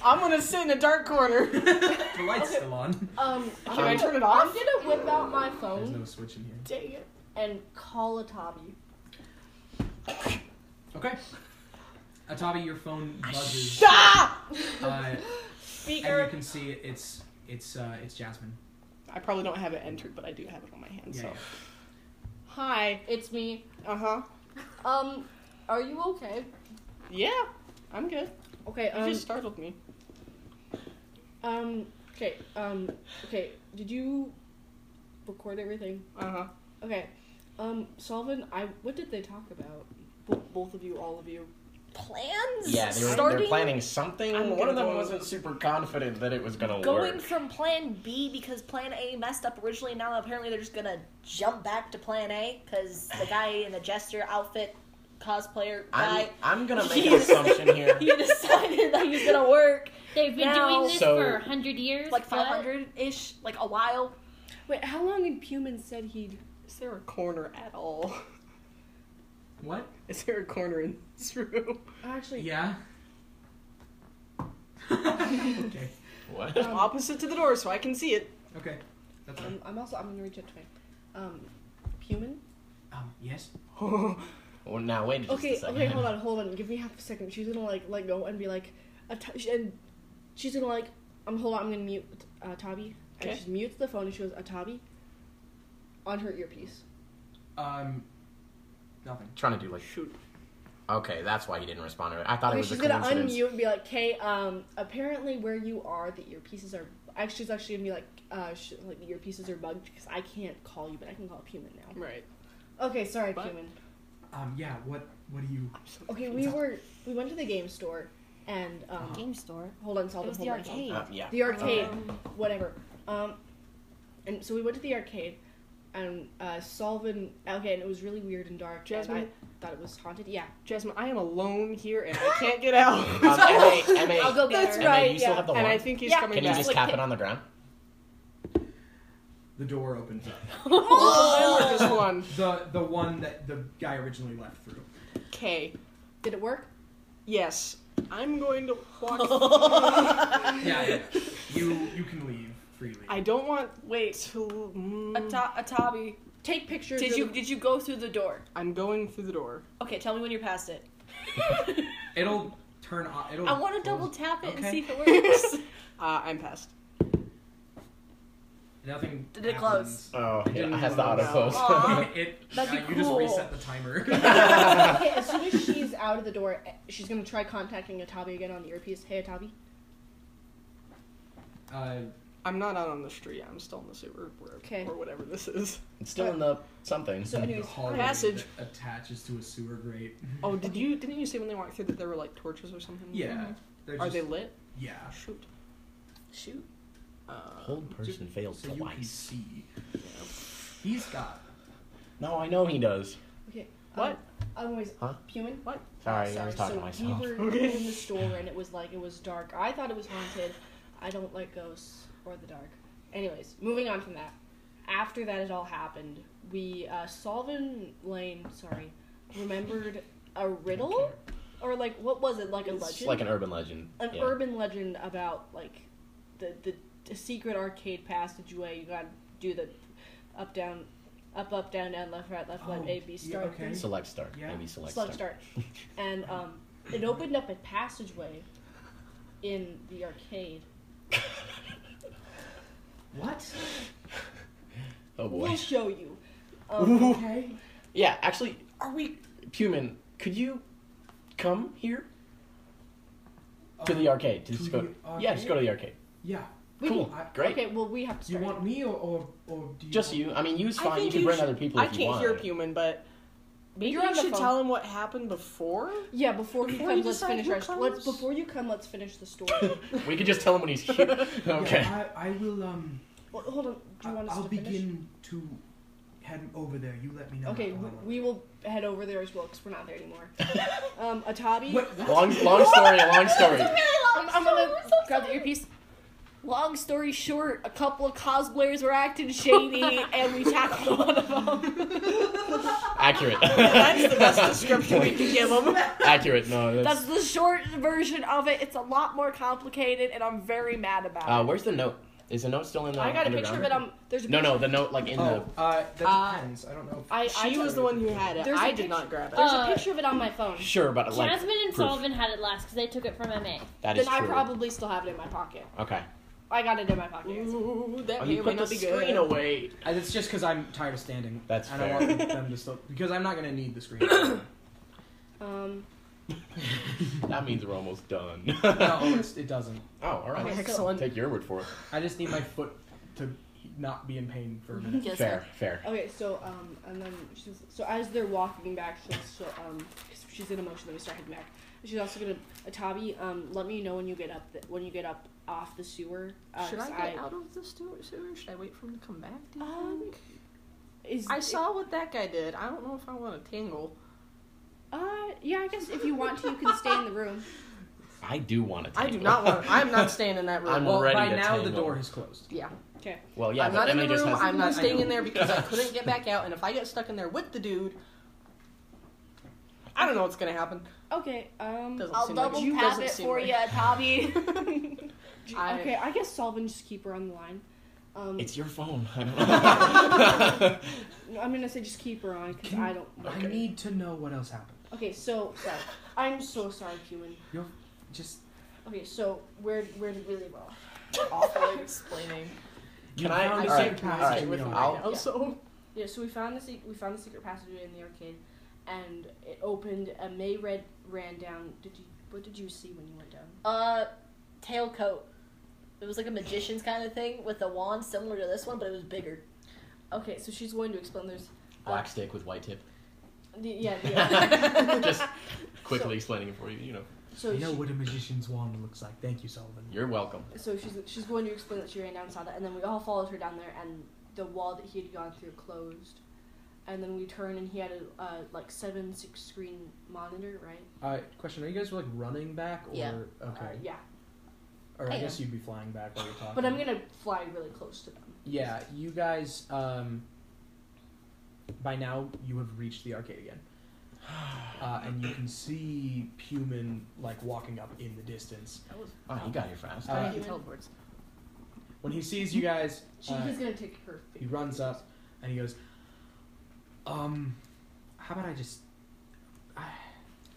B: I'm gonna sit in a dark corner.
A: the light's
E: Okay.
A: still on.
E: Um, I'm
B: Can I
E: gonna-
B: turn it
E: I'm
B: off?
E: gonna whip out my
A: There's
E: phone
A: no switch in here.
B: Dang it.
E: and call a Tabby.
A: Okay. Atabi, your phone buzzes,
B: Ah!
A: uh, and you
F: Speaker.
A: can see it- it's it's uh, it's Jasmine.
B: I probably don't have it entered, but I do have it on my hand.
A: Yeah,
B: so.
A: yeah.
B: Hi.
E: It's me.
B: Uh huh.
E: Um, are you okay?
B: Yeah, I'm good.
E: Okay.
B: You
E: Um.
B: just startled me.
E: Um. Okay. Um. Okay. Did you record everything?
B: Uh huh.
E: Okay. Um, Solvin, I what did they talk about? Bo- both of you, all of you.
F: Plans?
D: yeah, they were, they
F: Starting
D: were planning something.
B: I'm
D: One
B: gonna
D: of them
B: go-
D: wasn't super confident that it was gonna
F: going
D: work.
F: from plan B because plan A messed up originally. Now apparently they're just gonna jump back to plan A because the guy in the jester outfit cosplayer
D: I'm,
F: guy
D: I'm gonna make an
F: Yes.
D: assumption here.
F: he decided that he's gonna work
C: They've been
F: Now-
C: doing this
D: So-
C: for 100 years.
F: like
C: what?
F: 500 ish, like a while.
E: Wait, how long had Puman said he'd?
B: Is there a corner at all?
A: What?
B: Is there a corner in this room?
E: Actually,
A: Yeah. okay.
D: What?
B: I'm opposite to the door, so I can see it.
A: Okay. That's fine.
E: Um, I'm also I'm gonna reach out to my, um, Puman.
A: Um. Yes.
D: Well, now wait just a
E: Okay,
D: second.
E: okay, hold on, hold on. Give me half a second. She's gonna like let go and be like, a t- and she's gonna like, um, hold on. I'm gonna mute uh, Tabby.
B: Okay.
E: And she mutes the phone and she goes, a Tabby. On her earpiece.
A: Um. Nothing.
D: Trying to do like.
B: Shoot.
D: Okay, that's why he didn't respond to it. I thought
E: Okay,
D: it was
E: she's
D: a
E: gonna
D: coincidence.
E: unmute and be like, "Okay, um, apparently where you are, the earpieces are." Actually, she's actually gonna be like, "Uh, sh- like the earpieces are bugged because I can't call you, but I can call Puman now."
B: Right.
E: Okay, sorry,
B: What?
E: Puman.
A: Um. Yeah. What? What do you?
E: Okay, we were we went to the game store and um,
F: Game store.
E: hold on, Solomon,
F: Uh-huh. It was
E: hold on, hold
F: the
E: on.
D: Uh,
F: arcade.
D: yeah.
E: The arcade, whatever. Um, and so we went to the arcade, and uh, Solvin. Okay, and it was really weird and dark. and
B: Jasmine?
E: I thought it was haunted. Yeah.
B: Jasmine, I am alone here and I can't get out.
D: Um, MA, MA,
F: I'll go get
E: That's
F: her.
D: MA,
E: right,
D: you still
E: yeah.
D: have the
B: and I
D: wand?
B: think he's
F: Yeah.
B: coming
D: Can you
B: back.
D: just
F: like
D: tap
F: hit-
D: it on the ground?
A: The door opens up.
B: oh, I like this one.
A: The the one that the guy originally left through.
B: Okay.
E: Did it work?
B: Yes. I'm going to walk.
A: Yeah, yeah. You you can leave freely.
B: I don't want
H: Wait,
B: to. Mm,
H: Ata- Atabi,
E: Take pictures.
H: did
E: of
H: you
E: the-
H: did you go through the door?
B: I'm going through the door.
H: Okay, tell me when you're past it.
A: it'll turn off. It'll.
H: I want to
A: close-
H: double tap it and
A: Oh. Okay.
H: see if it works.
B: Uh, I'm past.
A: Nothing.
F: Did it close?
G: Oh,
A: It didn't
D: has the
A: load
D: auto close.
A: happens. it,
H: That'd be
A: uh, You just
H: cool.
A: reset the timer.
E: okay, as soon as she's out of the door, eh, she's gonna try contacting Atabi again on the earpiece. Hey, Atabi.
A: uh,
B: I'm not out on the street. I'm still in the sewer, or,
E: Okay.
B: or whatever this is.
D: It's still in the something.
E: So, anyways,
A: the hallway
B: passage.
A: that attaches to a sewer grate.
B: Oh, did you? Didn't you say when they walked through that there were like torches or something?
A: Yeah. They're
B: Are
A: just,
B: they lit? Ah,
A: Yeah.
B: Shoot.
H: Shoot.
B: Uh,
D: Hold person failed
A: So you can
D: twice.
A: see. He's got.
D: No, I know he does.
E: Okay.
B: What?
E: Um, anyways,
D: Huh?
E: Puman.
B: What?
D: Sorry, I was talking
E: so
D: to myself.
E: We were
B: Okay.
E: in the store and it was like it was dark. I thought it was haunted. I don't like ghosts or the dark. Anyways, moving on from that. After that had all happened, we uh, Solvin Lane, sorry, remembered a riddle or like what was it like a
D: It's
E: legend?
D: like an urban legend.
E: an
D: yeah.
E: urban legend about like the, the the secret arcade passageway. You gotta do the up down, up up down down left right left left
A: Oh,
E: A B
A: yeah,
E: start.
A: okay.
E: thing.
D: Select start.
A: Yeah.
D: Maybe select
E: Slug
D: start.
E: start. And um, it opened up a passageway in the arcade.
A: What?
D: Oh
E: We'll
D: boy.
E: show you. Um,
A: Okay.
D: Yeah, actually, are we Puman? Could you come here to the arcade? To
A: Uh, to
D: just go.
A: the arcade?
D: Yeah, just go to the arcade.
A: Um, Yeah.
E: we
D: cool.
E: can-
A: I-
D: Great.
E: Okay, well we have to
A: Do you
E: start.
A: want me or or, or do you
D: Just
A: want-
D: you. I mean, you's
B: I
D: fine.
B: think
D: You can
B: you
D: bring
B: should-
D: other people
B: I
D: if you
B: can't
D: want.
B: hear Puman, but maybe
E: You're
B: you
E: on the
B: should
E: phone.
B: tell him what happened before.
E: Yeah, before you
B: Before
E: come,
B: you
E: let's
B: decide
E: finish
B: who
E: our.
B: comes?
E: Let's before you come, let's finish the story.
D: we could just tell him when he's here.
A: Yeah,
D: okay.
A: I, I will um.
E: well, hold on. Do you want us
A: I'll
E: to finish?
A: begin to head over there. You let me know.
E: Okay,
A: how
E: we,
A: I want-
E: we will head over there as well because we're not there anymore. um, Atabi,
A: Wait, what?
D: Long, long story. Long story.
E: I'm, I'm gonna
F: Grab the earpiece. Long story short, a couple of cosplayers were acting shady, and we tackled one of them.
D: Accurate.
B: That's the best description we can give him.
D: Accurate. No. That's.
F: That's the short version of it. It's a lot more complicated, and I'm very mad about
D: Uh,
F: it.
D: where's the note? Is the note still in the?
E: I got a
D: underground?
E: picture of it. Um, there's a
D: No, no, the note like in
A: Oh, uh, that
B: Uh,
A: depends. I don't know. If,
E: I, I
B: She was the one who had it.
E: There's a
B: I did
E: picture-
B: not grab it.
E: There's
C: Uh,
E: a picture of it on my phone.
D: the. Sure, but like
C: Jasmine and
D: proof.
C: Sullivan had it last because they took it from MA.
D: That is
E: Then I
D: true.
E: probably still have it in my pocket.
D: Okay.
E: I got it in my pocket. guys.
B: Ooh, that
D: Oh,
B: may
D: you
B: or may
D: put the
B: not be
D: screen
B: good.
D: away.
A: I, it's just because I'm tired of standing.
D: That's
A: and
D: fair.
A: I want them to still because I'm not gonna need the screen. no,
E: Um,
D: That means we're almost done.
A: it's, it doesn't.
D: Oh, all right.
E: Okay, so-
D: Excellent. Take your word for it.
A: I just need my foot to not be in pain for a minute.
H: Yes,
D: fair, fair.
E: Okay, so um, and then she's so as they're walking back, she'll, she'll um, 'cause she's in emotion. Then we start heading back. She's also gonna Atabi. Um, let me know when you get up. The, when you get up off the sewer. Uh,
B: Should
E: 'cause
B: I get out of the sewer? sewer? Should I wait for him to come back? Do you
E: Um,
B: think?
E: Is,
B: I saw what that guy did. I don't know if I want to tangle.
E: Uh, yeah, I guess if you want to, you can stay in the room.
D: I do want to.
B: I do not want. I'm not staying in that room.
D: I'm
A: well,
D: ready
A: by
D: to
A: now Oh, the
D: tangle.
A: door is closed.
B: yeah,
E: Okay.
D: Well, yeah,
B: I'm
D: but
B: not in
D: Emma
B: the
D: just
B: room.
D: has.
B: I'm not
A: I
B: staying
A: know.
B: in there because I couldn't get back out. And if I get stuck in there with the dude, I don't know what's gonna happen.
E: Okay. Um.
B: Doesn't
F: I'll
B: seem
F: double
B: like you
F: tap
B: doesn't
F: it
B: seem
F: for
B: like-
F: you, Tommy.
E: j-
B: I-
E: okay. I guess Solvin just keep her on the line. Um,
D: It's your phone. I don't know.
E: no, I'm gonna say just keep her on because
A: Can-
E: I don't.
A: I need to know what else happened.
E: Okay, so sorry. I'm so sorry, human.
A: Just
E: Okay, so where where did we leave off?
B: Awful explaining.
A: you
D: Can I-
A: found
B: I
A: a
D: Alright,
B: can't
A: secret passage
B: communicate
A: in
B: with
A: the
B: him
A: arcade.
B: right now,
E: Yeah.
B: so
E: Yeah, so we found the se- we found the secret passageway in the arcade, and it opened. A May Red ran down. Did you? What did you see when you went down?
F: uh, tailcoat. It was like a magician's kind of thing with a wand similar to this one, but it was bigger.
E: Okay, so she's going to explain. There's
D: Black stick with white tip.
E: the, yeah, yeah.
D: just quickly explaining it for you. You know,
E: so
A: I know
E: she-
A: what a magician's wand looks like. Thank you, Sullivan.
D: you're welcome.
E: so she's she's going to explain that she ran down and saw that, and then we all followed her down there, and the wall that he had gone through closed, and then we turned and he had a uh, like seven six screen monitor, right?
A: Uh, question: Are you guys like running back or
F: Yeah.
A: okay?
E: Uh, yeah,
A: Or
F: I
A: I
F: am.
A: guess you'd be flying back while you're talking.
E: but I'm gonna fly really close to them.
A: Yeah, you guys. Um, by now, you have reached the arcade again. uh, and you can see Puman like walking up in the distance.
D: Oh, he got here fast.
A: Uh,
F: He teleports.
A: when he sees you guys,
E: She,
A: uh,
E: he's gonna take her.
A: he runs up and he goes, "Um, how about I just, I,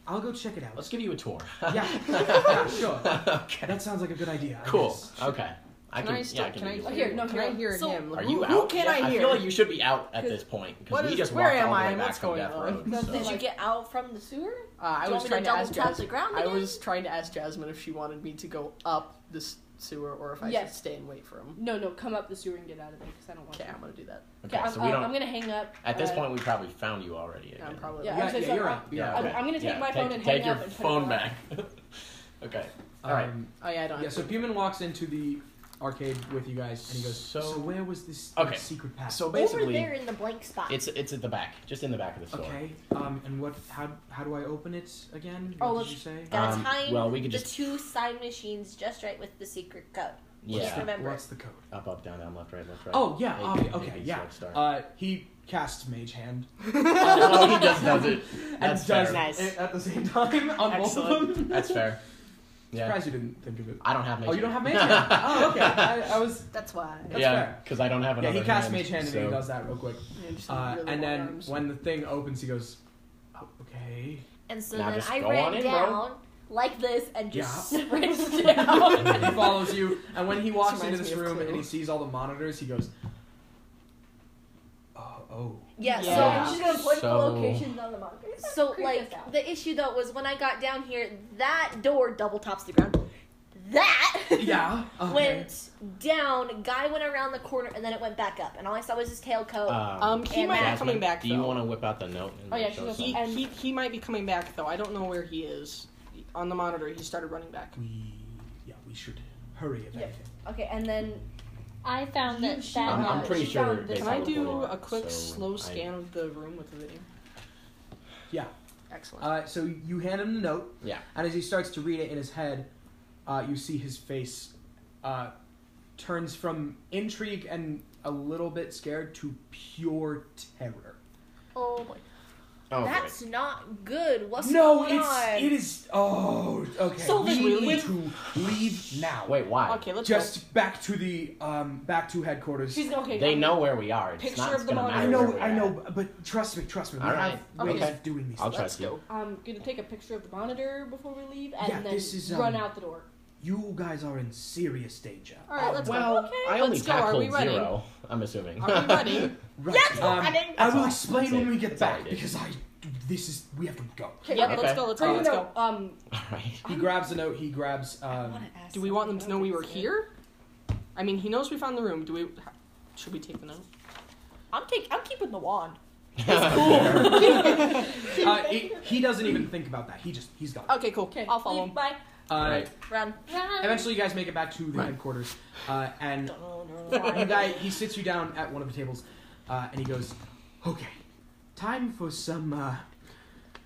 A: I'll go check it out."
D: Let's give you a tour.
A: yeah, yeah, sure.
D: okay.
A: That sounds like a good idea. I
D: Cool.
A: guess.
D: Okay. I
B: Can
D: can.
B: I
D: yeah,
B: still-
D: I can.
B: can I Oh,
D: give you a
B: still-
D: tour.
H: Here, no,
B: Can I hear him?
D: Are
B: Who-
D: you
B: who,
D: out?
B: can
D: Yeah,
B: I hear?
D: feel like you should be out at this point
B: what
D: because we
B: is-
D: just
B: where
D: walked all
B: am
D: the
B: I
D: way
B: and
D: back
B: what's
D: from
B: going
D: Death
B: on?
D: Road.
B: That's
D: so-
H: Did
B: it.
H: you get out from the sewer? Do
B: Uh, I
H: you
B: was
H: want me to
B: trying to
H: double
B: ask
H: tap
B: Jas-
H: the ground
B: I
H: again?
B: was trying to ask Jasmine if she wanted me to go up this sewer or if I
E: Yes.
B: should stay and wait for him.
E: No, no, come up the sewer and get out of it because I don't want
B: Okay,
E: to.
B: I'm gonna do that.
D: Okay,
E: I'm,
D: so we
E: uh,
D: don't.
E: I'm gonna hang up.
D: at this
E: uh,
D: point, we probably found you already.
B: Yeah, I'm
D: again.
B: probably.
E: Yeah,
A: Yeah,
E: I'm so
A: yeah,
E: sorry.
A: you're up. You're
D: Yeah,
A: up.
E: I'm- I'm gonna take
D: Yeah,
E: my phone
D: take,
E: and
D: take
E: hang
D: your
E: up and put it
D: phone
E: on.
D: back. okay. All right.
A: Um,
B: Oh yeah, I don't.
A: Yeah, so Puman walks into the arcade with you guys, and he goes, "So,
D: So-
A: where was this
D: Okay.
A: secret path?"
D: So
H: Over there
D: basically,
H: in the blank spot.
D: it's it's at the back, just in the back of the store.
A: okay, um, and what? How how do I open it again? What
H: Oh,
A: did
H: let's-
A: you say?
F: Gotta
D: Um,
F: time
D: well, we could
F: the
D: just-
F: two side machines just right with the secret code.
A: What's the,
D: Yeah.
F: remember.
A: What's the code?
D: Up, up, down, down, left, right, left, right.
A: Oh yeah,
D: Maybe-
A: obvi- okay,
D: maybe
A: yeah.
D: select star.
A: Uh, he casts Mage Hand
D: oh, he just does it. That's
A: and does
D: fair.
B: Nice.
A: it at the same time on both of
B: Excellent.
A: them.
D: That's fair. Yeah.
A: Surprised you didn't think of it.
D: I don't have mage.
A: Oh, you don't have
D: hand.
A: Mage Hand. oh, okay. I, I was.
F: That's why.
A: That's
D: yeah,
A: fair.
D: because I don't have
A: Yeah,
D: another.
A: he casts
D: hand,
A: Mage Hand
D: so.
A: and he does that real quick. Uh, and then when the thing opens, he goes, oh, "Okay."
F: And so
D: Now
F: then
D: just
F: I
D: go on
F: ran
D: in, bro.
F: down like this and just
A: Yeah.
F: sprint down.
A: and he follows you. And when he walks into this
B: reminds me of
A: room
B: Clue.
A: and he sees all the monitors, he goes, "Oh, oh.
F: Yeah,
D: Yeah.
F: so
H: she's gonna put
D: So-
H: locations on the markers.
F: so
H: Creep us
F: like
H: out.
F: the issue though was when I got down here, that door double tops the ground. That
A: yeah." Okay.
F: went down. Guy went around the corner and then it went back up, and all I saw was his tail coat.
D: Uh,
B: Um, he
F: And
B: might
F: Jasmine,
B: be coming back.
D: Do you
B: though.
D: want to whip out the note? And
E: Oh, yeah,
D: show
E: she
D: us
E: goes,
B: He,
D: something?
B: he he might be coming back though. I don't know where he is. On the monitor, he started running back.
A: We yeah, we should hurry if
E: Yeah.
A: anything.
E: Okay, and then
C: I found that
E: should
C: that
D: I'm, I'm
E: Uh,
D: pretty
E: she
D: sure.
E: found
D: they
E: this.
B: Can I do
D: teleported,
B: a quick
D: so I-
B: slow scan of the room with the video?
A: Yeah.
B: Excellent.
A: Uh, so you hand him the note.
D: Yeah.
A: And as he starts to read it in his head, uh, you see his face uh, turns from intrigue and a little bit scared to pure terror.
F: Oh my!
D: Oh, okay.
F: That's not good. What's
A: no,
F: going
A: it's
F: on?
A: it is. Oh, okay.
B: So
A: we
B: then
A: need
B: when-
A: to leave now.
D: Wait, why?
B: okay, let's go.
A: Just back to the um, back to headquarters.
E: she's okay.
D: They
E: I'm-
D: know where we are. It's
B: Picture
D: not
B: of the
D: gonna
B: monitor.
A: I
D: matter where
A: know,
D: we're
A: I
D: at.
A: know, but trust me, trust me. We
D: All
A: have
D: right.
A: ways
D: Okay.
A: of doing these.
D: I'll
A: things.
B: Let's
D: trust you.
B: go.
E: I'm gonna take a picture of the monitor before we leave, and
A: Yeah,
E: then
A: this is,
E: run
A: um,
E: out the door.
A: You guys are in serious danger.
B: All right, let's
D: well,
B: go. Okay,
D: I only
B: let's go. Are we
D: tackled
B: ready?
D: zero. I'm assuming.
B: Are we ready?
A: Right. Um,
F: That's what I didn't-
A: I will
D: all.
A: explain
D: That's
A: when
D: it.
A: we get
D: That's all I
A: back
D: did.
A: because I. This is we have to go.
B: Yeah,
D: Okay.
B: let's go. Let's
E: Oh,
B: go. Let's
E: no,
B: go.
E: Um,
D: All right.
A: He grabs a note. He grabs. Um,
B: Do we want them to know we were here? I mean, he knows we found the room. Do we? Should we take the note?
H: I'm taking. I'm keeping the wand.
A: uh, he, he doesn't even think about that. He just he's gone.
B: Okay, cool. I'll follow
H: Leave
B: him.
H: my
A: Uh,
D: Right.
F: Run, run.
A: eventually, you guys make it back to the
D: Right.
A: headquarters, uh, and
H: Why?
A: you guy he sits you down at one of the tables, uh, and he goes, "Okay, time for some uh,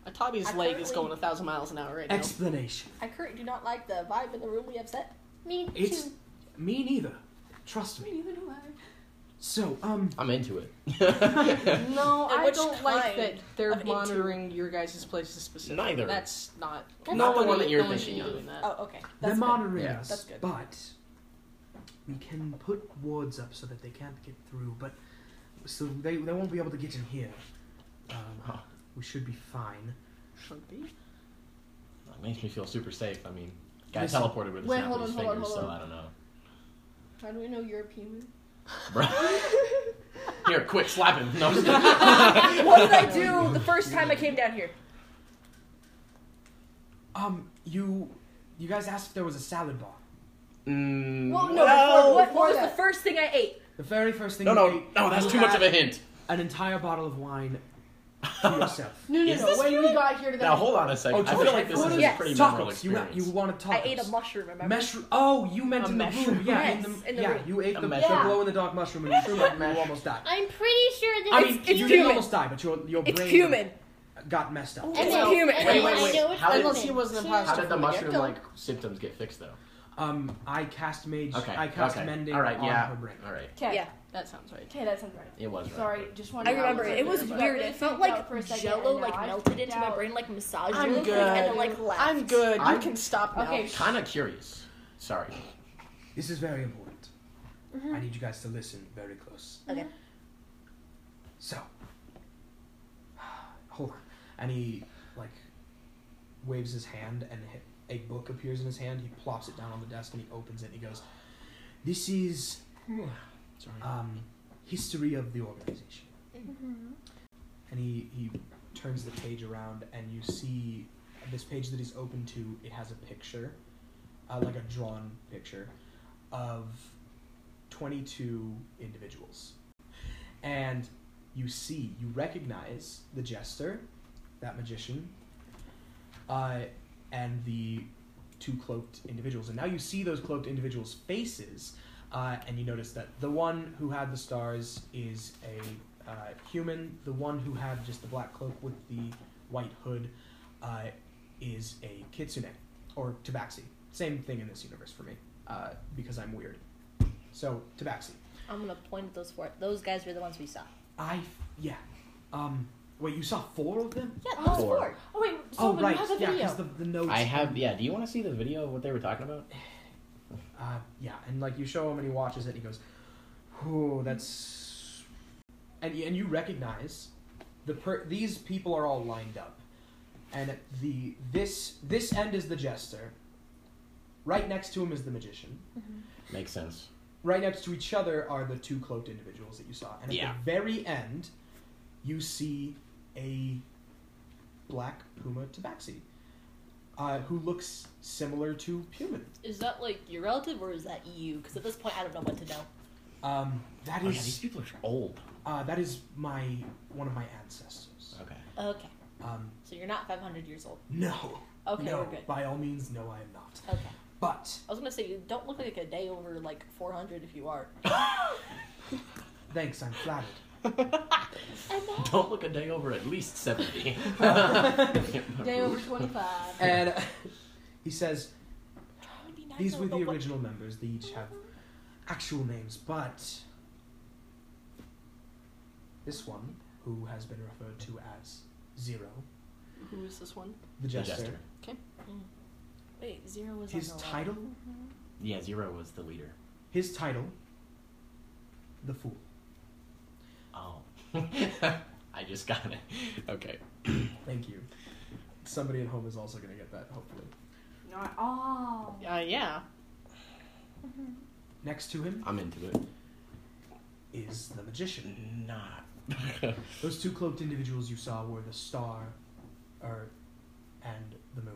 B: Atabi's
H: I
B: leg is
H: currently-
B: going a thousand miles an hour right now.
A: explanation."
H: I currently do not like the vibe in the room. We upset.
F: Me too.
A: It's me neither. Trust me.
H: Neither do I.
A: So, um,
D: I'm into it.
B: No,
H: At
B: I
H: which
B: don't like
H: time
B: that they're
H: of into-
B: monitoring your guys' places specifically.
D: Neither.
B: That's not.
D: That's
B: no
D: not the
B: one
D: one that
B: should-
D: you're
B: no one should
D: thinking
B: be
D: of.
B: doing that.
H: Oh, okay.
A: they're
H: That's good.
A: monitoring
D: Yeah.
A: us,
H: That's good.
A: but we can put wards up so that they can't get through. But so they they won't be able to get in here. Um,
D: Oh.
A: we should be fine.
B: Should be.
D: That makes me feel super safe. I mean, guy
A: Listen.
D: teleported with a
E: Wait,
D: snap
E: hold
D: of his
E: on, hold on,
D: fingers,
E: hold
D: so
E: on.
D: I don't know.
E: how do we know you're a human?
D: Bro. Here, quick, slap him. No, I'm just kidding.
H: what did I do the first time I came down here?
A: Um, you you guys asked if there was a salad bar.
D: Mm,
F: Oh,
H: Well, no. before, what, what was the first thing I ate?
A: The very first thing.
D: no,
A: you
D: no,
A: ate,
D: no. That's
A: you
D: too much
A: had
D: of a hint.
A: An entire bottle of wine for yourself.
E: No, no,
D: Is
E: no.
D: this
E: When we
H: really-
E: got here, to
D: Now
E: that
D: hold on a second.
A: Oh,
D: I feel
A: George,
D: like this
A: what
D: is
A: is
D: a
H: it?
D: pretty memorable
A: tacos. You
D: experience.
A: you wanted tacos.
H: I ate a mushroom. Remember?
A: Mushroom. Oh, you meant
B: A
A: in the room.
B: mushroom.
A: Yeah,
H: Yes,
A: in the,
H: in the
A: yeah,
H: room.
A: you ate
D: A
A: the, the
D: mushroom.
A: glow in the dark mushroom and you, you almost died.
C: I'm pretty sure that
A: I
C: it's
A: mean,
H: it's
A: you
H: human.
A: didn't almost die, but your your
H: It's
A: brain
H: human.
A: got messed up.
C: And
H: It's
C: then-
H: human.
C: and
D: Wait,
C: then
D: wait,
C: I
D: wait.
C: know it's
D: How did-
B: Unless he was an
C: something.
B: imposter.
D: How did the
B: from the
D: mushroom
B: get-go.
D: like symptoms get fixed though?
A: Um, I cast mage.
D: Okay.
A: I cast
D: okay.
A: mending
D: All right.
A: on
D: yeah.
A: her brain.
D: All right.
E: Okay.
F: Yeah.
B: That sounds right.
E: Okay, that sounds right.
D: It was.
E: Sorry,
D: Right.
E: just one.
F: I remember it. It was
E: Yeah.
F: weird.
E: Really
F: It felt
E: freaked
F: like
E: out for a second,
F: jello
E: and now
F: like
E: I
F: melted
E: freaked
F: into my
E: out.
F: brain, like massaged
B: I'm
F: really quick, and then
B: good.
F: like left.
B: I'm good. You
D: I'm-
B: can stop now.
E: Okay.
D: Kind of curious. Sorry.
A: This is very important.
H: Mm-hmm.
A: I need you guys to listen very close.
F: Okay.
A: So, hold on. And he like waves his hand, and hi- a book appears in his hand. He plops it down on the desk, and he opens it. and He goes, "This is
G: Sorry.
A: um, history of the organization." And he he turns the page around, and you see this page that he's open to. It has a picture, uh, like a drawn picture, of twenty two individuals, and you see, you recognize the jester, that magician, uh, and the two cloaked individuals. And now you see those cloaked individuals' faces, uh, and you notice that the one who had the stars is a uh, human, the one who had just the black cloak with the white hood uh, is a kitsune, or tabaxi. Same thing in this universe for me, uh, because I'm weird. So, tabaxi.
F: I'm gonna point at those four. Those guys were the ones we saw.
A: I yeah. Um. Wait, you saw four of them?
F: Yeah,
E: Oh.
F: those
D: Four.
F: four.
E: Oh wait, so
A: oh
E: when
A: right,
E: you have the
A: yeah,
E: video.
A: because the, the notes.
G: I have. Yeah. Do you want to see the video of what they were talking about?
A: Uh, yeah, and like you show him and he watches it and he goes, "Oh, that's," and y- and you recognize the per- these people are all lined up, and at the this this end is the jester. Right next to him is the magician.
G: Makes sense.
A: Right next to each other are the two cloaked individuals that you saw, and at
G: Yeah.
A: the very end, you see a black puma tabaxi, uh, who looks similar to Puman.
F: Is that like your relative or is that you? Because at this point, I don't know what to know.
A: Um, that
G: Oh, yeah,
A: is
G: these people are old.
A: Uh, that is my one of my ancestors.
G: Okay.
F: Okay,
A: Um,
F: so you're not 500 years old.
A: no.
F: Okay,
A: no,
F: we're good.
A: By all means, no, I am not.
F: Okay.
A: But
F: I was gonna say you don't look like a day over like 400 if you are.
A: thanks, I'm flattered.
G: Don't look a day over at least seventy.
E: Day over twenty-five.
A: And uh, he says
F: That would be nice,
A: these
F: though,
A: were
F: but
A: the
F: what-
A: original members. They each have actual names, but this one, who has been referred to as Zero,
B: Who is this one?
A: the
G: The
A: Jester,
G: jester.
F: Wait, zero was
A: his
F: on the
A: title,
G: Yeah. Zero was the leader.
A: his title, the Fool.
G: Oh. I just got it. Okay.
A: Thank you. Somebody at home is also going to get that, hopefully.
E: Oh.
B: Uh, yeah.
A: Next to him
G: I'm into it.
A: is the Magician.
G: Not.
A: Those two cloaked individuals you saw were the star, er, and the moon.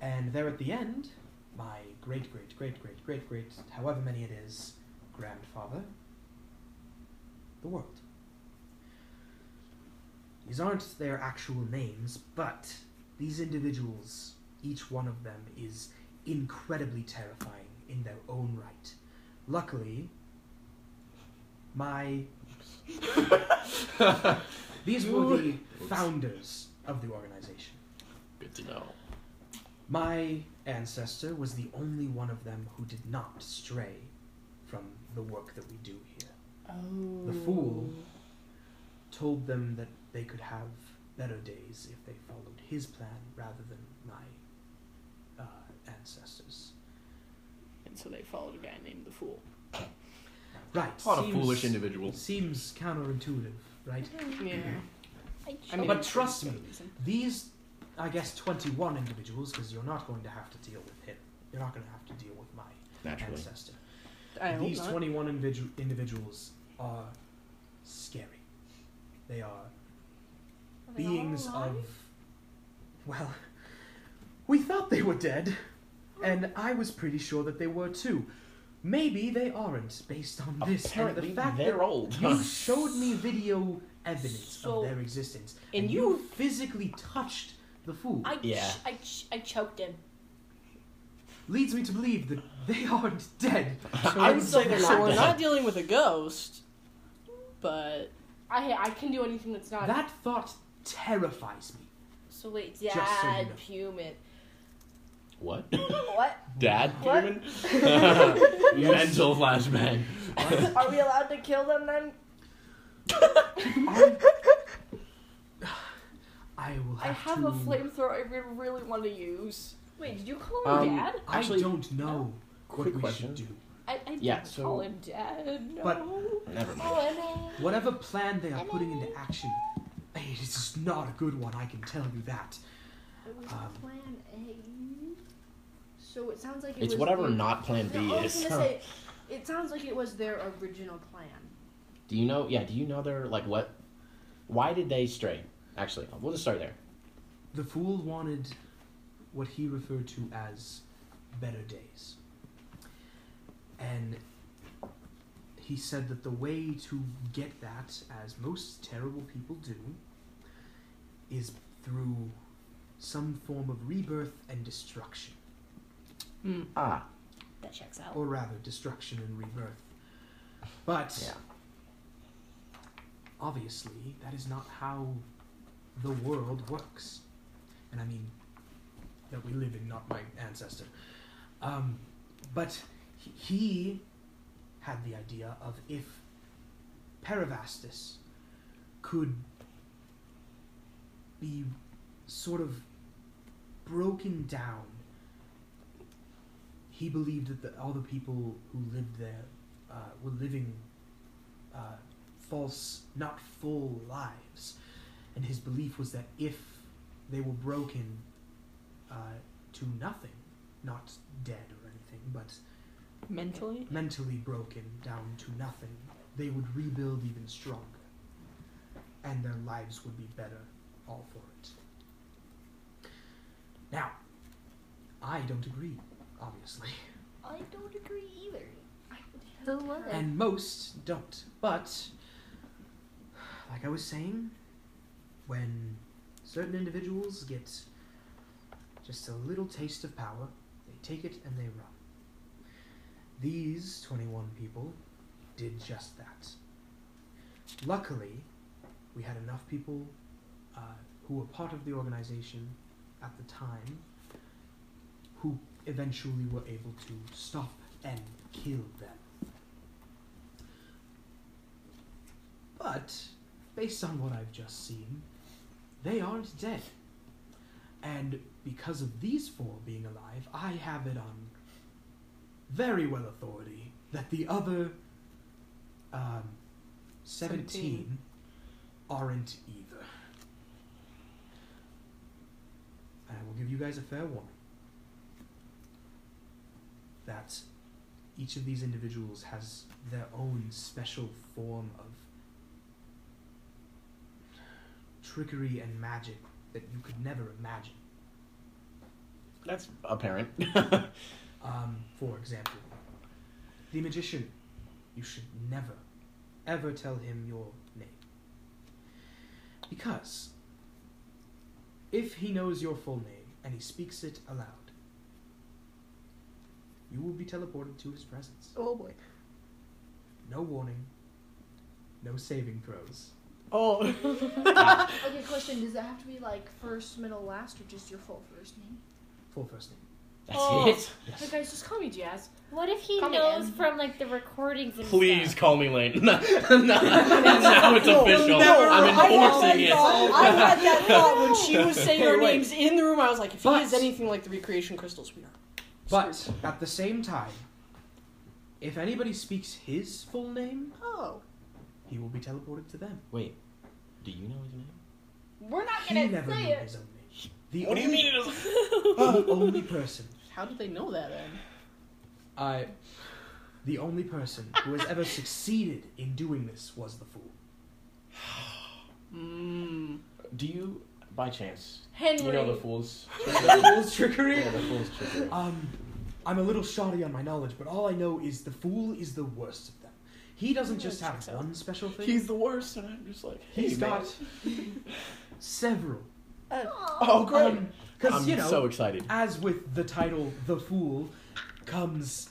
A: And there at the end, my great, great, great, great, great, great, however many it is, grandfather, the world. These aren't their actual names, but these individuals, each one of them is incredibly terrifying in their own right. Luckily, my these were the founders of the organization.
G: Good to know.
A: My ancestor was the only one of them who did not stray from the work that we do here.
B: Oh.
A: The fool told them that they could have better days if they followed his plan rather than my uh, ancestors.
B: And so they followed a guy named the fool.
A: Right.
D: What a
A: seems-
D: foolish individual.
A: Seems counterintuitive, right?
B: Yeah.
A: I mean, but trust me, these, I guess, 21 individuals, because you're not going to have to deal with him. You're not going to have to deal with my
G: Naturally.
A: ancestor.
B: I hope
A: These
B: not.
A: 21 individu- individuals are scary. They are beings of. Well, we thought they were dead, and I was pretty sure that they were too. Maybe they aren't, based on this
G: Apparently,
A: and the fact
G: they're
A: that
G: old.
A: you showed me video evidence
F: So-
A: of their existence,
F: and
A: and you physically touched the food.
F: I,
G: Yeah.
F: ch- I, ch- I choked him.
A: Leads me to believe that they aren't dead.
G: I would say they're
B: so
G: not
B: we're
G: dead.
B: not dealing with a ghost, but
E: I I can do anything that's not.
A: That thought terrifies me.
F: So wait,
A: Just so you
F: dad,
A: know.
F: human.
D: What?
E: What?
D: Dad?
E: What?
D: Human? Mental flashbang.
E: Are we allowed to kill them then?
A: I will
E: I
A: have
E: have
A: to...
E: a flamethrower I re- really want to use.
C: Wait, did you call him
I: Um,
C: dad?
A: I
I: Actually-
A: don't know what
I: Quick
A: we
I: question.
A: should do.
E: I, I
I: Yeah,
E: didn't
I: so-
E: call him dad. No.
A: But-
I: Never mind.
E: oh,
A: Whatever plan they are putting into action, it is not a good one, I can tell you that. Um,
E: plan A. So it sounds like it
I: It's
E: was
I: whatever
E: the-
I: not plan B
E: No, I was
I: is.
E: gonna say, it sounds like it was their original plan.
D: Do you know? Yeah. Do you know their like what? Why did they stray? Actually, we'll just start there.
A: the fool wanted what he referred to as better days. And he said that the way to get that, as most terrible people do, is through some form of rebirth and destruction.
I: Ah,
F: That checks out.
A: Or rather, destruction and rebirth. But
I: Yeah.
A: obviously, that is not how the world works. And I mean, that we live in, not my ancestor. Um, but he- he had the idea of if Paravastus could be sort of broken down. He believed that the, all the people who lived there uh, were living uh, false, not full lives. And his belief was that if they were broken uh, to nothing, not dead or anything, but
B: Mentally?
A: mentally broken down to nothing, they would rebuild even stronger. And their lives would be better, all for it. Now, I don't agree, obviously.
F: I don't agree either.
E: Who was
A: And most don't. But, like I was saying, when certain individuals get just a little taste of power, they take it and they run. These 21 people did just that. Luckily, we had enough people uh, who were part of the organization at the time who eventually were able to stop and kill them. But, based on what I've just seen, they aren't dead. And because of these four being alive, I have it on very well authority that the other um, 17,
B: Seventeen.
A: aren't either. And I will give you guys a fair warning that each of these individuals has their own special form of trickery and magic that you could never imagine.
D: That's apparent.
A: Um, for example, the magician. You should never, ever tell him your name. Because if he knows your full name and he speaks it aloud, you will be teleported to his presence.
E: Oh boy.
A: No warning, no saving throws.
D: oh.
E: Okay, question: Does it have to be like first, middle, last, or just your full first name?
A: Full first name.
D: That's
E: Oh.
D: it.
E: Hey guys, just call me Jazz.
C: What if he
E: Call me
C: knows
E: Em.
C: from like the recordings and
D: Please
C: stuff?
D: call me Lane. now it's official.
B: No,
D: I'm
B: I had
D: enforcing
B: that
D: it.
B: thought- I had that thought when she was saying
A: Hey,
B: our
A: wait.
B: names in the room. I was like, if
A: But-
B: he is anything like the recreation crystals, we are.
A: But
B: screwed.
A: at the same time, if anybody speaks his full name,
E: Oh,
A: he will be teleported to them.
D: Wait. Do you know his name?
E: we're not
A: He
E: gonna
A: never
E: say
A: knew
E: it.
A: his own name. The
D: What do
A: only,
D: you mean it is?
A: the only person,
B: how did they know that then?
A: I, the only person who has ever succeeded in doing this was the fool.
B: Mm.
D: Do you, by chance,
E: Henry.
D: you know the fool's?
A: The fool's trickery.
D: yeah, the fool's trickery.
A: Um, I'm a little shoddy on my knowledge, but all I know is the fool is the worst of them. He doesn't just have one special thing.
D: He's the worst, and I'm just like, hey,
A: He's
D: man.
A: got several.
D: Oh, great.
A: Because
D: I'm
A: Um, you know,
D: so excited.
A: as with the title "The Fool," comes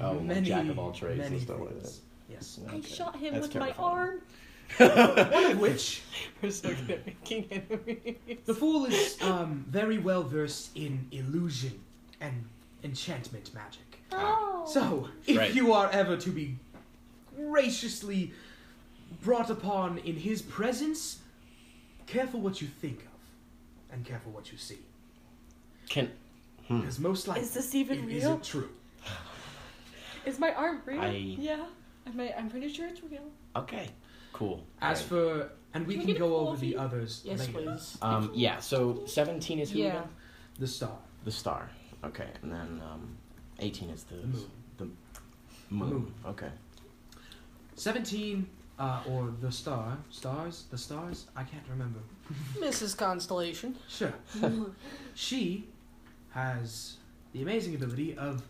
D: Oh, like
A: many
D: jack of all trades
A: many
D: and stuff like
A: things. Yes,
D: Okay.
F: I shot him
D: That's
F: with my
D: terrifying.
F: arm.
A: one of which
B: We're so good at making enemies.
A: the fool is um, very well versed in illusion and enchantment magic.
C: Oh.
A: So, if
D: Right.
A: you are ever to be graciously brought upon in his presence, careful what you think of, and careful what you see,
D: Can hmm.
A: because most likely
B: Is this even
A: it
B: real?
A: isn't true.
B: Is my arm real?
D: I-
B: Yeah.
J: I'm, I'm pretty sure it's real.
D: okay, cool.
A: As
D: Alright.
A: for, and we can,
B: Can we get a
A: go over
B: coffee?
A: the others
B: Yes,
A: later.
B: please.
D: um, yeah. So seventeen is who?
B: Yeah.
D: again?
A: The star,
D: The star. Okay, and then um, eighteen is the
A: the moon.
D: the moon.
A: moon.
D: Okay.
A: 17 uh, or the star stars the stars i can't remember
B: Mrs. Constellation.
A: sure
F: Mm-hmm.
A: she has the amazing ability of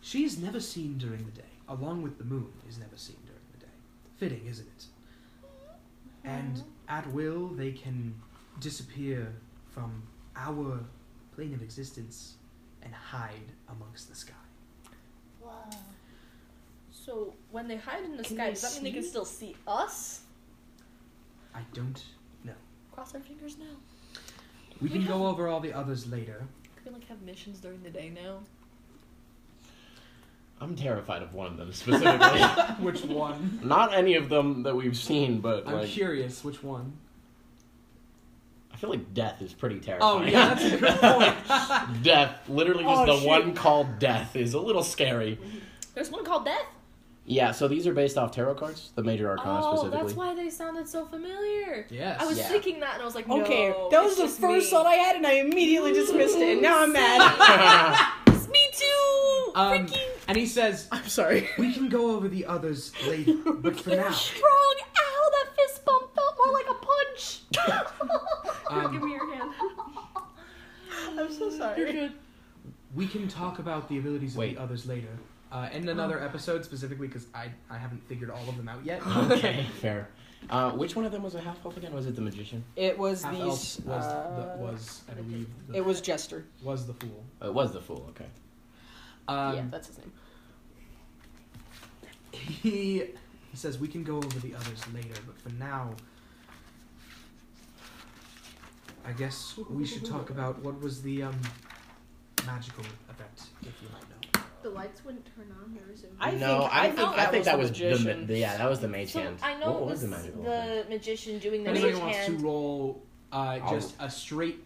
A: she's never seen during the day along with the moon is never seen during the day fitting isn't it and
F: Mm-hmm.
A: at will they can disappear from our plane of existence and hide amongst the sky
F: So when they hide in the
J: Can
F: sky,
J: they
F: does that mean they can
J: see?
F: still see us?
A: i don't
F: Cross our fingers now.
A: we can go over all the others later
F: Can we like have missions during the day now?
D: I'm terrified of one of them specifically.
A: which one
D: Not any of them that we've seen, but
A: i'm
D: like
A: curious which one
D: I feel like death is pretty
A: Oh
D: terrifying.
A: yeah, that's a good point.
D: death. Literally, just
A: Oh,
D: the
A: shit.
D: one called death is a little scary.
F: There's one called Death.
D: Yeah. So these are based off tarot cards, the major arcana
F: Oh,
D: specifically.
F: that's why they sounded so familiar.
A: yes.
F: I was
D: Yeah.
F: thinking that and I was like,
B: Okay,
F: no,
B: that was
F: it's
B: the
F: just
B: first
F: me.
B: thought I had, and I immediately dismissed it. And now I'm mad.
F: It's me too.
A: um,
F: Freaking
A: and he says,
B: I'm sorry.
A: "We can go over the others later, but for now,
F: strong. Ow, that fist bump felt more like a punch.
A: um,
F: your hand.
B: I'm so sorry.
A: we can talk about the abilities of
D: Wait.
A: the others later." Uh, in another episode specifically because I, I haven't figured all of them out yet.
D: okay, fair. Uh, which one of them was a half elf again? Was it the magician?
B: It was
A: Half elf was
B: these. uh,
A: the, was I believe the,
B: it was Jester.
A: was the fool.
D: Oh, it was the fool. Okay.
A: Um,
B: yeah, that's his name.
A: he he says we can go over the others later, but for now, I guess we should talk about what was the um, magical event, if you might know.
E: The lights wouldn't turn on. There was a
B: I
D: no,
B: think-
D: I,
B: I
D: think,
B: think
D: I
B: that
D: think
B: was
D: that
B: the
D: was the, ma-
B: magician.
D: the yeah that was the mage
F: So
D: hand.
F: I know
D: what, what
F: it
D: was
F: was
D: the magical hand?
F: the magician doing the
A: Anybody
F: mage
A: wants
F: hand.
A: to roll uh,
D: I'll-
A: just a straight.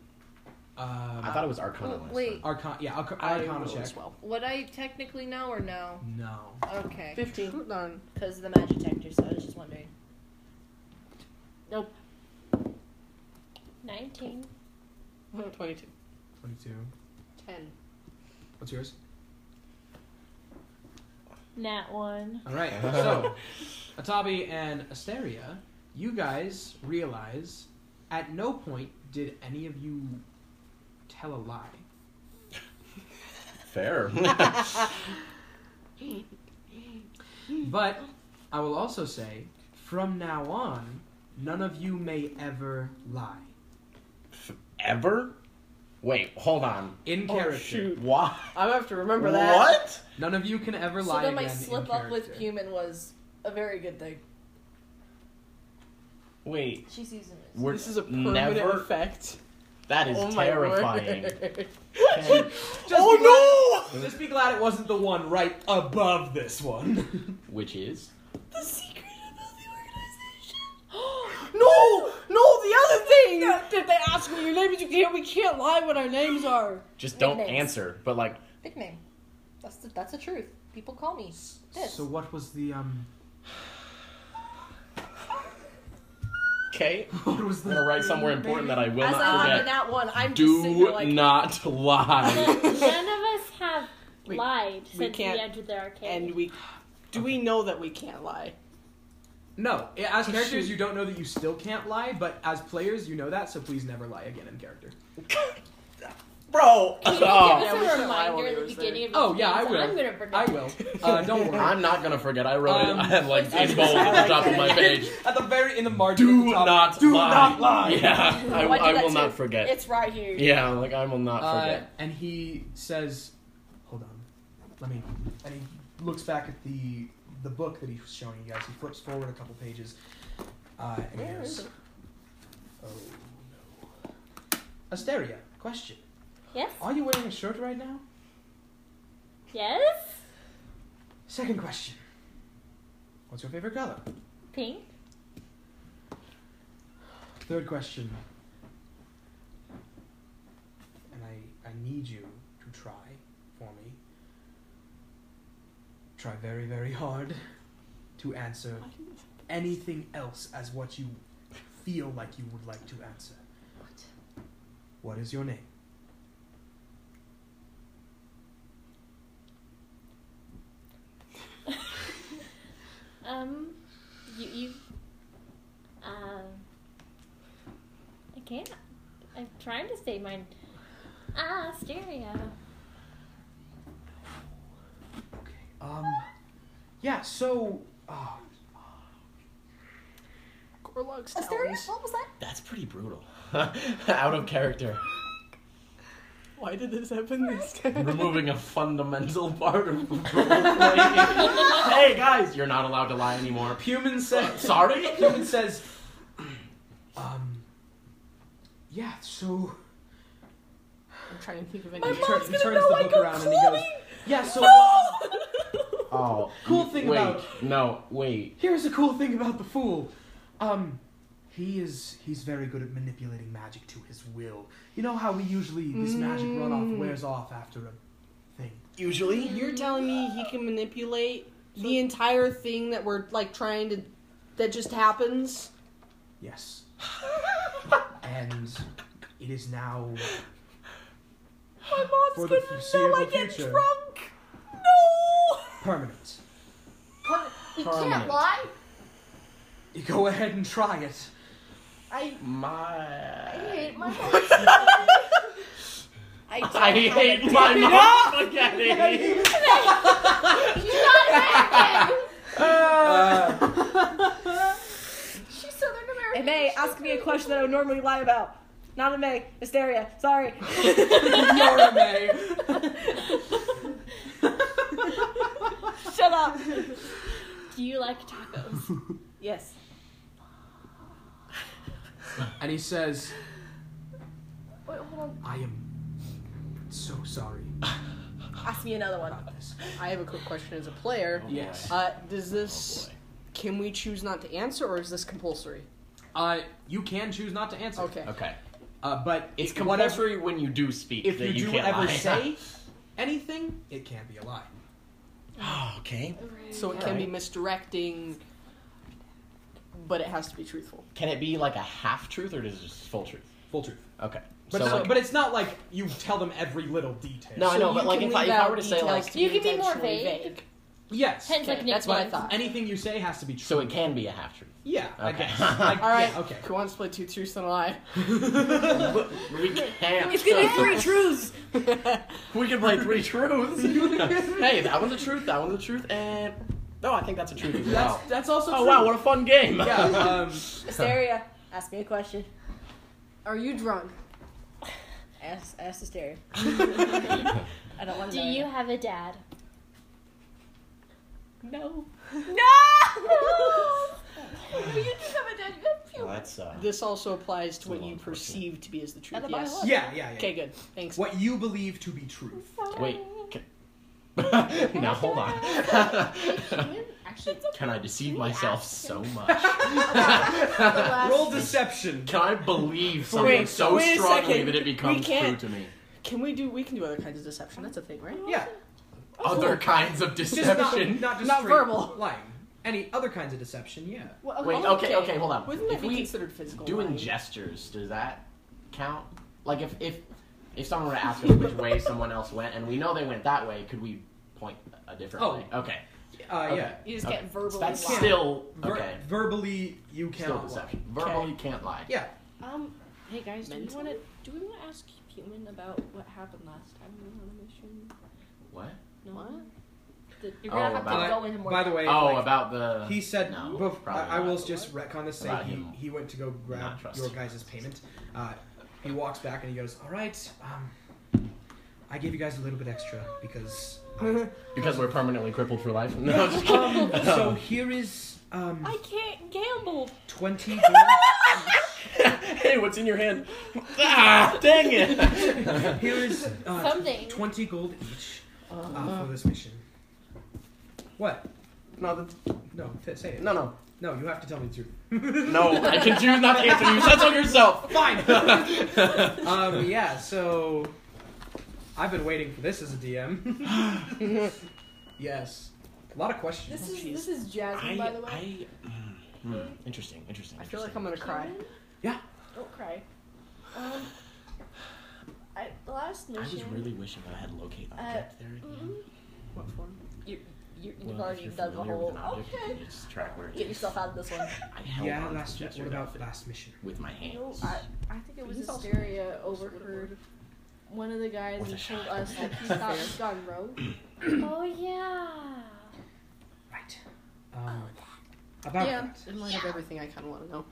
A: Um,
D: I thought it was arcana.
F: Oh,
D: last
F: wait.
D: time.
A: Arcana, yeah, Arca-
B: I
A: Arcana
B: rolled
A: check.
B: as well.
F: Would I technically know or no?
A: No.
F: Okay.
B: Fifteen. None.
F: Because of the magic detector, so I was just wondering.
C: 19.
B: Twenty-two.
A: 22.
J: Ten.
A: What's yours?
C: Nat 1.
A: All right. So, Atabi and Asteria, you guys realize at no point did any of you tell a lie.
D: Fair.
A: But I will also say, from now on, none of you may ever lie.
D: Ever? Wait, hold on.
A: In
B: Oh,
A: character.
B: shoot.
D: Why?
B: I have to remember that.
D: What?
A: None of you can ever
F: So
A: lie
F: then my
A: again in
F: slip up with
A: character.
F: human was a very good thing.
D: Wait,
F: She sees him as.
D: we're
B: This is a permanent
D: never.
B: effect.
D: That is
B: oh my
D: terrifying.
B: word.
D: Can-
A: Just be
D: oh
A: glad- Just be glad it wasn't the one right above this one.
D: no! Which is?
F: The secret about the organization.
B: No, no, the other thing that they ask me your name is you can't we can't lie what our names are.
D: Just don't
F: Nicknames.
D: answer. But like,
F: Big name. That's the that's the truth. People call me this.
A: so what was the um?
D: okay,
A: What was
D: I'm
A: the?
D: gonna write somewhere important that I will
F: As I
D: not
F: hop in
D: forget.
F: that one, I'm just sitting
D: Do
F: there like
D: not
C: None
D: lie.
C: of us have
B: We-
C: lied
B: we
C: since we
B: can't-
C: entered the arcade.
B: And we do we know that we can't lie?
A: No, i- as characters
B: Shoot.
A: you don't know that you still can't lie, but as players you know that, so please never lie again in character.
D: Bro!
C: Can you
D: Oh.
B: Yeah,
C: give
B: we
C: us
B: should lie
C: a
B: while
C: reminder
B: we
C: at
B: were
C: the beginning of
A: Oh,
C: each
A: yeah, I
C: game, so
A: will.
C: I'm gonna forget.
A: I will. Uh, don't worry.
D: I'm not gonna forget. I wrote
A: Um,
D: it. I had like
A: That's
D: in bold at the
A: exactly
D: top of my
A: what I did.
D: page.
A: At the very in the margin. at
D: Do
A: the top,
D: not
A: do
D: lie.
A: not lie.
D: Yeah, I,
F: Why do
D: I
F: that
D: will
F: too?
D: not forget.
F: it's right here.
D: Yeah, like I will not
A: Uh,
D: forget.
A: and he says, "Hold on, let me." And he looks back at the the book that he's showing you guys. He flips forward a couple pages, uh, and he
B: Where
A: goes,
B: is
A: "Oh no, Asteria, question:
C: Yes?
A: Are you wearing a shirt right now?
C: Yes?
A: Second question. What's your favorite color?
C: Pink?
A: Third question. And I, I need you to try for me. Try very, very hard to answer anything else as what you feel like you would like to answer. What? What is your name?
C: Um, you, you, um, I can't. I'm trying to say mine. Ah, stereo.
A: Okay. Um. Yeah. So. Uh,
B: Gorlug's
K: What was that?
D: That's pretty brutal. Out of character.
B: Why did this happen this time?
D: Removing a fundamental part of roleplay. hey guys, you're not allowed to lie anymore.
A: Puman says.
D: Sorry?
A: Puman says. Um. Yeah. So.
B: I'm trying to think of
A: he
B: any.
A: turn- he turns the book around and he goes. Yeah. So.
D: Oh,
A: Cool thing
D: wait,
A: about-
D: no, wait.
A: Here's a cool thing about the fool. Um. He is. He's very good at manipulating magic to his will. You know how we usually this magic runoff wears off after a thing.
L: Usually.
E: You're telling me he can manipulate the entire thing that we're like trying to that just happens?
A: Yes. and it is now
E: My
A: for
E: mom's
A: the
E: gonna know I
A: foreseeable
E: get
A: future
E: drunk. No.
A: permanent.
K: You
D: Permanent.
K: can't lie.
A: You go ahead and try it.
K: I
D: My.
K: I hate my
E: I,
D: I hate my mom spaghetti.
A: Uh,
K: She's Southern American.
E: Hey May, ask me a question that I would normally lie about. Not a May, hysteria. Sorry.
A: You're a May.
E: Shut up.
C: Do you like tacos?
E: Yes.
A: And he says,
K: Wait, hold on.
A: I am so sorry
E: Ask me another one.
A: about this.
B: I have a quick question as a player.
D: Oh,
A: Yes.
D: boy.
B: Uh, does this.
D: Oh,
B: Can we choose not to answer, or is this compulsory?
A: Uh, you can choose not to answer.
B: Okay.
D: boy. Okay.
A: Uh, but
D: It's
A: if- whatever.
D: compulsory when you do speak
A: If
D: that
A: you,
D: you,
A: do
D: can't
A: ever
D: lie.
A: say anything, it can be a lie.
D: okay.
B: So it can be misdirecting, but it has to be truthful.
D: Can it be like a half truth or is it just full truth?
A: Full truth.
D: Okay.
A: But,
D: so
A: it's,
D: like,
A: but it's not like you tell them every little detail.
D: No,
B: So
D: I know, but
B: you
D: like
B: can
D: if I,
B: leave
D: if I
B: out
D: were to say like,
B: details to
C: You can be more
B: intentionally
C: vague.
A: Yes.
C: Hence, like,
B: Okay, that's
C: Nick
B: what I
C: Cage.
B: thought.
A: Anything you say has to be true.
D: so it can be a half truth.
A: Yeah, I
D: Okay.
A: guess. Like,
B: All right.
A: yeah, okay.
B: Who wants to play two truths and a lie?
D: But we can't.
E: It's gonna be three truths.
D: We can play three truths. hey, that one's a truth. That one's a truth, and no, I think that's a truth as
A: That's,
D: well.
A: that's also
D: Oh
A: true.
D: wow, what a fun game!
A: yeah, um,
F: Hysteria, ask me a question.
E: Are you drunk?
F: Ask, ask hysteria. I don't want to
C: Do you have a dad?
F: No.
K: You do have a dad. You have
D: Well,
K: puberty.
D: that's uh,
B: This also applies to
D: a
B: what
D: long
B: you
D: question.
B: perceive to be as the truth.
F: And the
B: Yes.
F: Bible.
A: yeah, yeah, yeah.
B: Okay, good. Thanks.
A: What you believe to be truth.
D: wait. Can... now hold on.
K: Human? Actually,
D: can I deceive myself so much?
K: the last-
A: Roll deception.
D: Can I believe something
B: Wait,
D: so
B: wait a
D: strongly
B: second.
D: that it
B: We
D: becomes true
B: can't-
D: to me?
B: Can we do? We can do other kinds of deception. That's a thing, right?
A: Yeah,
D: Other kinds of
A: just not,
D: deception.
A: not just
B: Not
A: straight
B: verbal.
A: lying. Any other kinds of deception? Yeah.
K: Well,
D: Wait,
K: okay.
D: okay, okay, hold on.
B: Wouldn't
D: If
B: that be
D: we-
B: considered physical?
D: Doing
B: lying?
D: gestures, does that count? Like if if if someone were to ask us which way someone else went and we know they went that way, could we point a different
A: Oh.
D: way? Okay.
A: Uh,
D: Okay.
A: Yeah.
E: You just
D: Okay.
E: get verbally.
D: So that's
E: locked.
D: still
A: Ver-
D: okay.
A: Verbally, you
D: Still
A: cannot
D: deception.
A: lie.
D: Verbally can't lie.
A: Yeah.
E: Um. Hey guys, do we
B: Mental?
E: want to do we want to ask Human about what happened last time we were on a mission?
D: What?
E: No.
B: What?
E: The-
F: You're
D: Oh,
F: gonna have
D: about-
F: to go into more.
A: By the way,
D: oh,
A: like,
D: about the
A: he said.
D: No,
A: bef-
D: probably
A: I, I will
D: not.
A: just retcon this. Say
D: About
A: he,
D: him
A: he went to go grab
D: not trusting
A: your guys' payment. Uh, he walks back and he goes, "All right, um, I gave you guys a little bit extra because.
D: Because we're permanently crippled for life. No, I'm just kidding.
A: Um, so here is um,
C: I can't gamble.
A: twenty. gold-
D: hey, what's in your hand? Ah, dang it!
A: Here is uh,
C: Something.
A: twenty gold each
B: Uh-huh.
A: uh, for this mission. What?
D: no, that's,
A: No, t- say it.
D: no, no,
A: No, you have to tell me the truth.
D: no. I can choose not to answer you. That's on yourself. Hmm,
A: Fine. um, yeah. So I've been waiting for this as a DM. yes. A lot of questions.
E: This is this is Jasmine, by the way.
D: I, hmm, hmm, interesting, interesting.
F: I feel like I'm gonna cry.
E: Don't cry. Um, I, last
D: I was
E: mission.
D: really wishing I had locate
F: Uh,
D: object there again.
F: What form? You, you, mm-hmm. you've
D: Well, if
F: already
D: you're
F: done the
D: familiar with
F: whole.
D: an object, you can just track where it
F: Get
D: is.
F: yourself out of this one.
D: I held
A: yeah.
D: on to
A: Last.
D: the
A: What
D: desert
A: about
D: outfit
A: last mission?
D: with my
E: You
D: hand.
E: know, I, I think it was
B: He's also
E: Hysteria overheard one of the guys
D: With a
E: and told
D: shotgun.
E: us that he thought was Gun Road.
C: oh yeah.
A: Right. Um, about
B: yeah,
A: that.
B: in light of everything, I kind of want to know.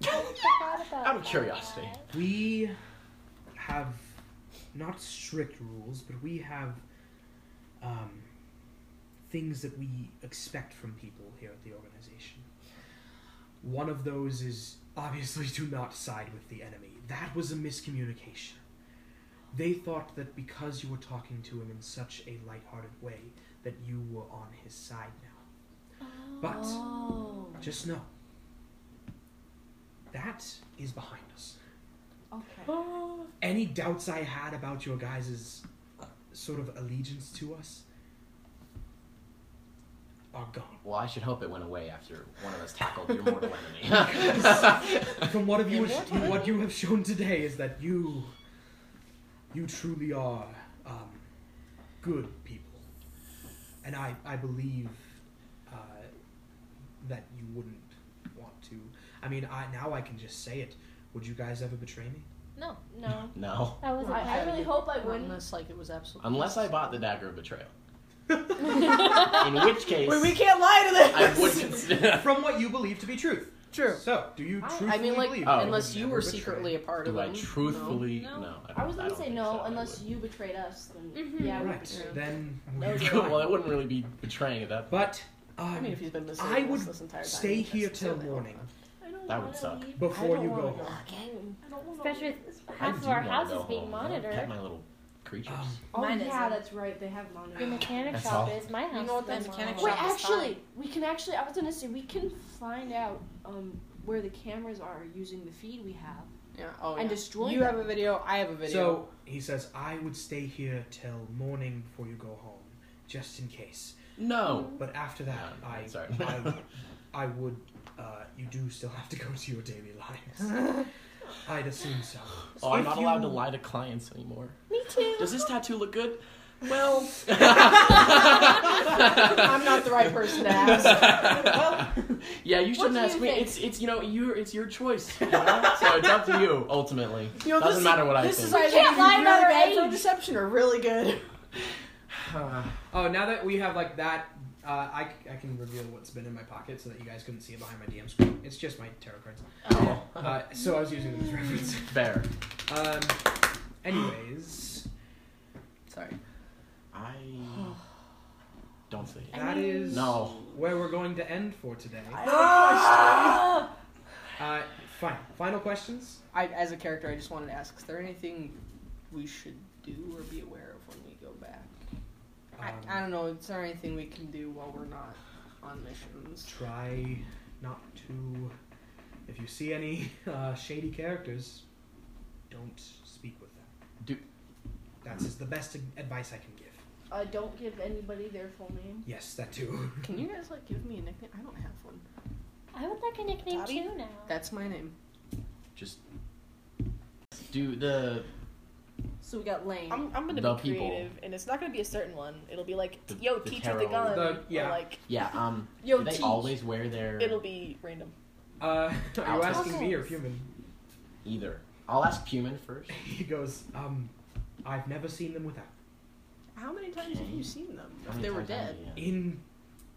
C: Forgot about
D: Out of
C: that,
D: curiosity.
C: guys.
A: We have not strict rules, but we have um, things that we expect from people here at the organization. One of those is obviously do not side with the enemy. That was a miscommunication. They thought that because you were talking to him in such a lighthearted way, that you were on his side now. But
E: Oh.
A: just know that is behind us
E: Okay.
C: Oh.
A: any doubts I had about your guys' sort of allegiance to us are gone.
D: Well, I should hope it went away after one of us tackled your mortal enemy.
A: From what of you from what you have shown today is that you you truly are um, good people, and I I believe uh, that you wouldn't want to. I mean, I now I can just say it. Would you guys ever betray me?
C: No,
E: No.
D: no.
C: that was
E: I, I really hope I
B: Not
E: wouldn't.
B: unless like it was absolutely.
D: Unless I bought the dagger of betrayal. In which case,
M: can't lie to this.
D: I would consider.
A: From what you believe to be truth.
B: True.
A: So, do you
B: I,
A: truthfully
B: I mean, like
A: believe?
D: Oh.
B: unless you
A: never
B: were
A: betray?
B: secretly a part of
D: Do I
B: them, no.
D: truthfully? No.
C: No.
D: I,
E: I Mm-hmm. was
D: don't
E: gonna say
D: think
E: no
D: so, I
E: unless
D: would.
E: you betrayed us. Then
C: Mhm.
E: yeah, we
A: Right.
E: betrayed.
A: Then
B: No,
A: we're
B: you-
A: fine.
D: well, that wouldn't really be betraying at that.
A: But um,
B: I mean, if he's been listening,
A: I
B: to us
A: would
B: this entire time,
A: stay
B: that's
A: here till
B: really all
A: morning
E: I don't
D: That would
E: wanna
D: suck.
E: leave.
A: before
B: I
A: you
B: don't
A: go.
B: wanna go.
A: home.
E: I don't wanna
C: Especially
E: leave.
D: I
C: half
D: do
C: of our
D: wanna
C: house
D: go
C: is being
D: home. I wanna Pet
C: monitored.
D: my little creatures.
A: Um,
E: Oh
F: Mine
E: yeah,
F: isn't.
E: that's right. They have monitors.
C: Your mechanic
D: That's
C: shop
D: all.
C: is my house.
F: know what that
C: then,
F: mechanic
C: Mom.
E: Wait,
F: shop- is
E: actually, we can actually. I was gonna say we can find out um, where the cameras are using the feed we have
B: Yeah. Oh,
E: and
B: yeah.
E: destroy
B: You
E: them.
B: have a video. I have a video.
A: So he says, "I would stay here till morning before you go home, just in case.
D: no.
A: But after that,
D: No,
A: I,
D: sorry.
A: I, I would. Uh, you do still have to go to your daily lives. I'd assume so.
D: Oh, I'm
A: If
D: not
A: you-
D: allowed to lie to clients anymore.
C: Me too.
D: Does this tattoo look good? Well,
B: I'm not the right person to ask.
D: yeah, you shouldn't
E: do
D: ask
E: you
D: me.
E: think?
D: It's it's you know you it's your choice. you know? so it's up to you ultimately.
B: You know,
D: Doesn't
B: this-
D: matter what I
B: This
D: think.
B: is either gonna
C: can't
B: be
C: lie
B: really
C: about our
B: bad for
C: age.
B: deception or really good.
A: Oh, now that we have like that, uh, I, c- I can reveal what's been in my pocket so that you guys couldn't see it behind my DM screen. It's just my tarot cards.
D: Oh.
A: Uh, so I was using them as reference.
D: Fair.
A: Um, anyways,
B: Sorry.
D: I don't see it.
A: that is
D: No.
A: where we're going to end for today.
D: Ah!
B: Ah!
A: Uh, fine. Final questions?
B: I, as a character, I just wanted to ask: Is there anything we should do or be aware of when we go back? I, I
A: Um,
B: don't know. Is there anything we can do while we're not on missions?
A: try not to. If you see any uh, shady characters, don't speak with them.
D: Do-
A: That's is the best ad- advice I can give.
E: Uh, don't give anybody their full name.
A: Yes, that too.
B: Can you guys like give me a nickname? I don't have one.
C: I would like a nickname
B: Daddy?
C: too now.
B: That's my name.
D: Just do the
E: So we got Lane.
F: I'm, I'm gonna
D: The
F: be
D: people.
F: creative, and it's not gonna be a certain one. It'll be like,
D: The-
F: yo,
D: the
F: teacher
D: tarot.
F: the gun.
A: The-
F: or
A: yeah.
F: like,
D: yeah. Um,
F: yo,
D: do they
F: teach.
D: always wear their
F: It'll be random.
A: Uh, are you
D: Altus.
A: asking me or human?
D: either. I'll ask Puman first.
A: He goes, um, I've never seen them without.
B: How many times have
D: Okay.
B: you seen them?
D: How
B: If
D: many
B: they were
D: times have
B: dead.
D: you- yeah.
A: In,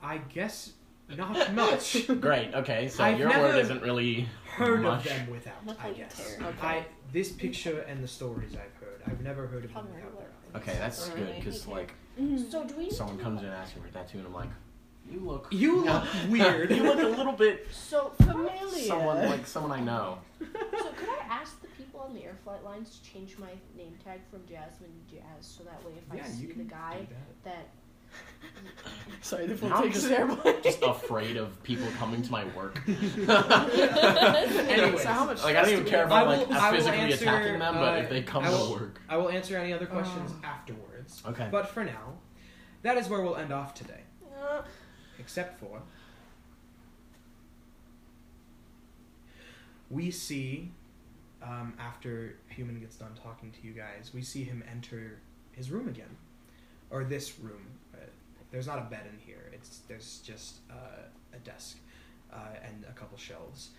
A: I guess, not much.
D: Great. Okay, so
A: I've
D: your
A: never-
D: word isn't really
A: heard
D: much.
A: of them without, I guess.
B: Okay.
A: I this picture and the stories I've heard, I've never heard of them
F: Probably
A: without
F: what?
A: their
D: Okay, that's
F: Alright.
D: good because like
H: So do we?
D: someone comes in asking for a tattoo and I'm like, you look
A: You look weird.
D: you look a little bit
H: So familiar.
D: someone like someone I know.
H: So could I ask the people on the air flight lines to change my name tag from Jasmine to Jazz so that way if I
A: Yeah,
H: see
A: you
H: the
A: can
H: guy
A: do that.
H: that
B: Sorry, the
D: Now I'm
B: takes
D: just-
B: us airplane.
D: Just afraid of people coming to my work.
A: Anyways,
D: So how much like I don't even care
A: I
D: about
A: will,
D: like
A: I will
D: physically
A: answer,
D: attacking them, but
A: uh,
D: if they come
A: I will,
D: to work,
A: I will answer any other questions afterwards.
D: okay.
A: But for now, that is where we'll end off today. Except for. We see, um, after Human gets done talking to you guys, we see him enter his room again. Or this room. Uh, there's not a bed in here, It's there's just uh, a desk uh, and a couple shelves.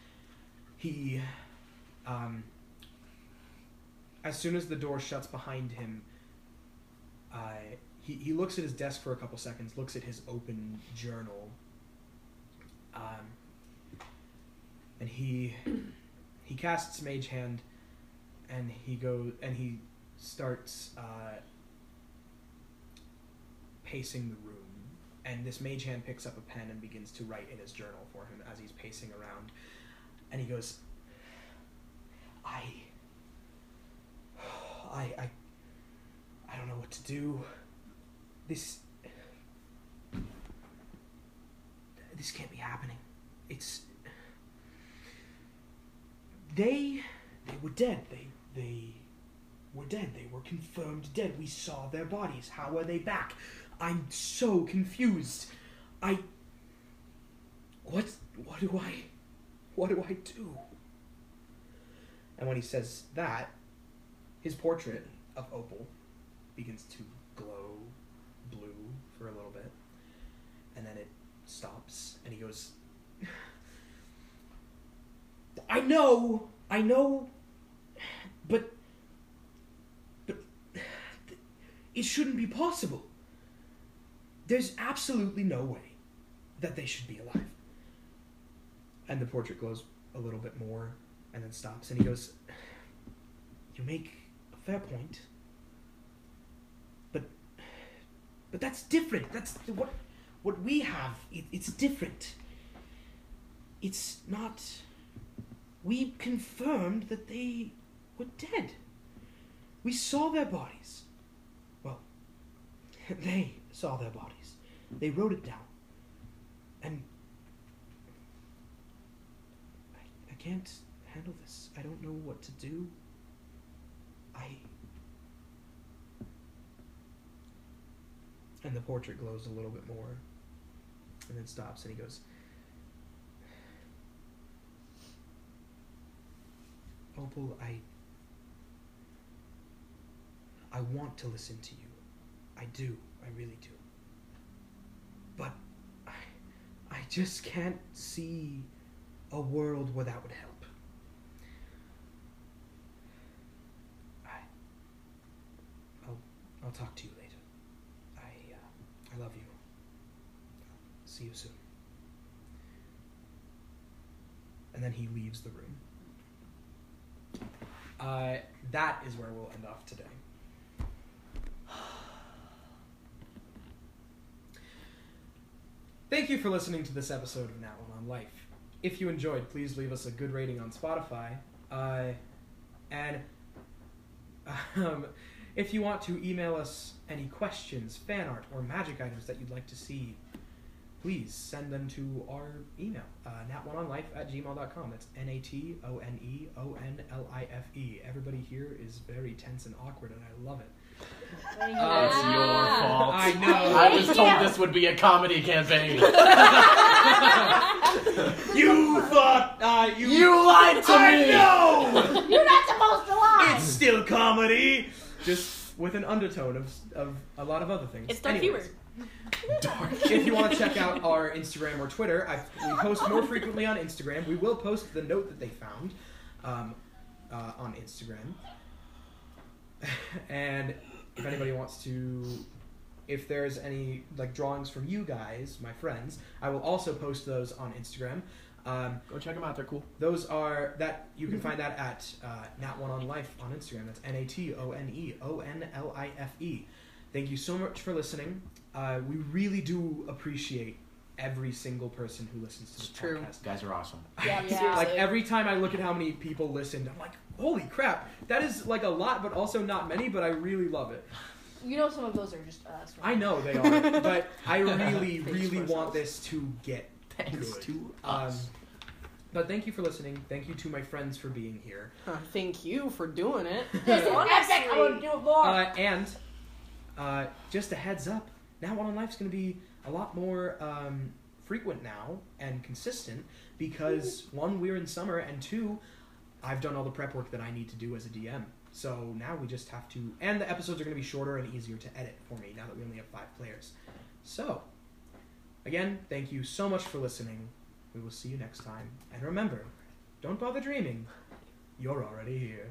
A: He. Um, as soon as the door shuts behind him, uh, he, he looks at his desk for a couple seconds, looks at his open journal, um, and he he casts Mage Hand, and he goes and he starts uh, pacing the room. And this Mage Hand picks up a pen and begins to write in his journal for him as he's pacing around, and he goes, "I, I, I I don't know what to do. This. This can't be happening. It's. They. They were dead. They. They were dead. They were confirmed dead. We saw their bodies. How are they back? I'm so confused. I. What. What do I. What do I do? And when he says that, his portrait of Opal begins to glow blue for a little bit, and then it stops, and he goes, I know, I know, but, but it shouldn't be possible. There's absolutely no way that they should be alive. And the portrait glows a little bit more and then stops, and he goes, You make a fair point. But that's different. That's what what we have. It, it's different. It's not. We confirmed that they were dead. We saw their bodies. Well, they saw their bodies. They wrote it down. And I, I can't handle this. I don't know what to do. I. And the portrait glows a little bit more. And then stops and he goes, Opal, "Oh, I. I want to listen to you. I do. I really do. But I. I just can't see a world where that would help. I. I'll, I'll talk to you later. I, uh, I love you. See you soon. And then he leaves the room. Uh, that is where we'll end off today. Thank you for listening to this episode of Nat One on Life. If you enjoyed, please leave us a good rating on Spotify. Uh, and um, if you want to email us any questions, fan art, or magic items that you'd like to see, please send them to our email, uh, natoneonlife at gmail.com. That's N A T O N E O N L I F E. Everybody here is very tense and awkward, and I love it.
D: It's
A: Uh,
D: your
C: Ah.
D: fault.
A: I know.
D: I was told
C: Yeah.
D: this would be a comedy campaign.
A: You fuck! Uh, you,
D: you lied to
A: I
D: me.
A: know!
C: You're not supposed to lie.
A: it's still comedy! Just with an undertone of, of a lot of other things.
F: It's dark
A: Anyways.
F: humor.
A: if you want to check out our Instagram or Twitter, I, we post more frequently on Instagram. We will post the note that they found um, uh, on Instagram. and if anybody wants to, if there's any like drawings from you guys, my friends, I will also post those on Instagram. Um,
D: Go check them out. They're cool.
A: those are that you can find that at uh, Nat One On Life on Instagram. That's N A T O N E O N L I F E. Thank you so much for listening. Uh, we really do appreciate every single person who listens to this
D: It's true.
A: podcast.
D: You guys are awesome.
E: Yeah,
A: Like
E: seriously.
A: every time I look at how many people listened, I'm like, holy crap, that is like a lot, but also not many. But I really love it.
E: You know, some of those are just us.
A: I
E: Right?
A: know they are, but I really,
E: Thanks
A: really
E: for
A: want
E: ourselves.
A: this to get
D: Thanks
A: good.
D: to
A: Um,
D: us.
A: but thank you for listening. Thank you to my friends for being here.
B: Huh, thank you for doing it.
E: Honestly, I want to do it more.
A: Uh, and uh, just a heads up, now One on Life's going to be a lot more um, frequent now and consistent because one, we're in summer, and two, I've done all the prep work that I need to do as a DM. So now we just have to, and the episodes are going to be shorter and easier to edit for me now that we only have five players. So, again, thank you so much for listening. We will see you next time. And remember, don't bother dreaming. You're already here.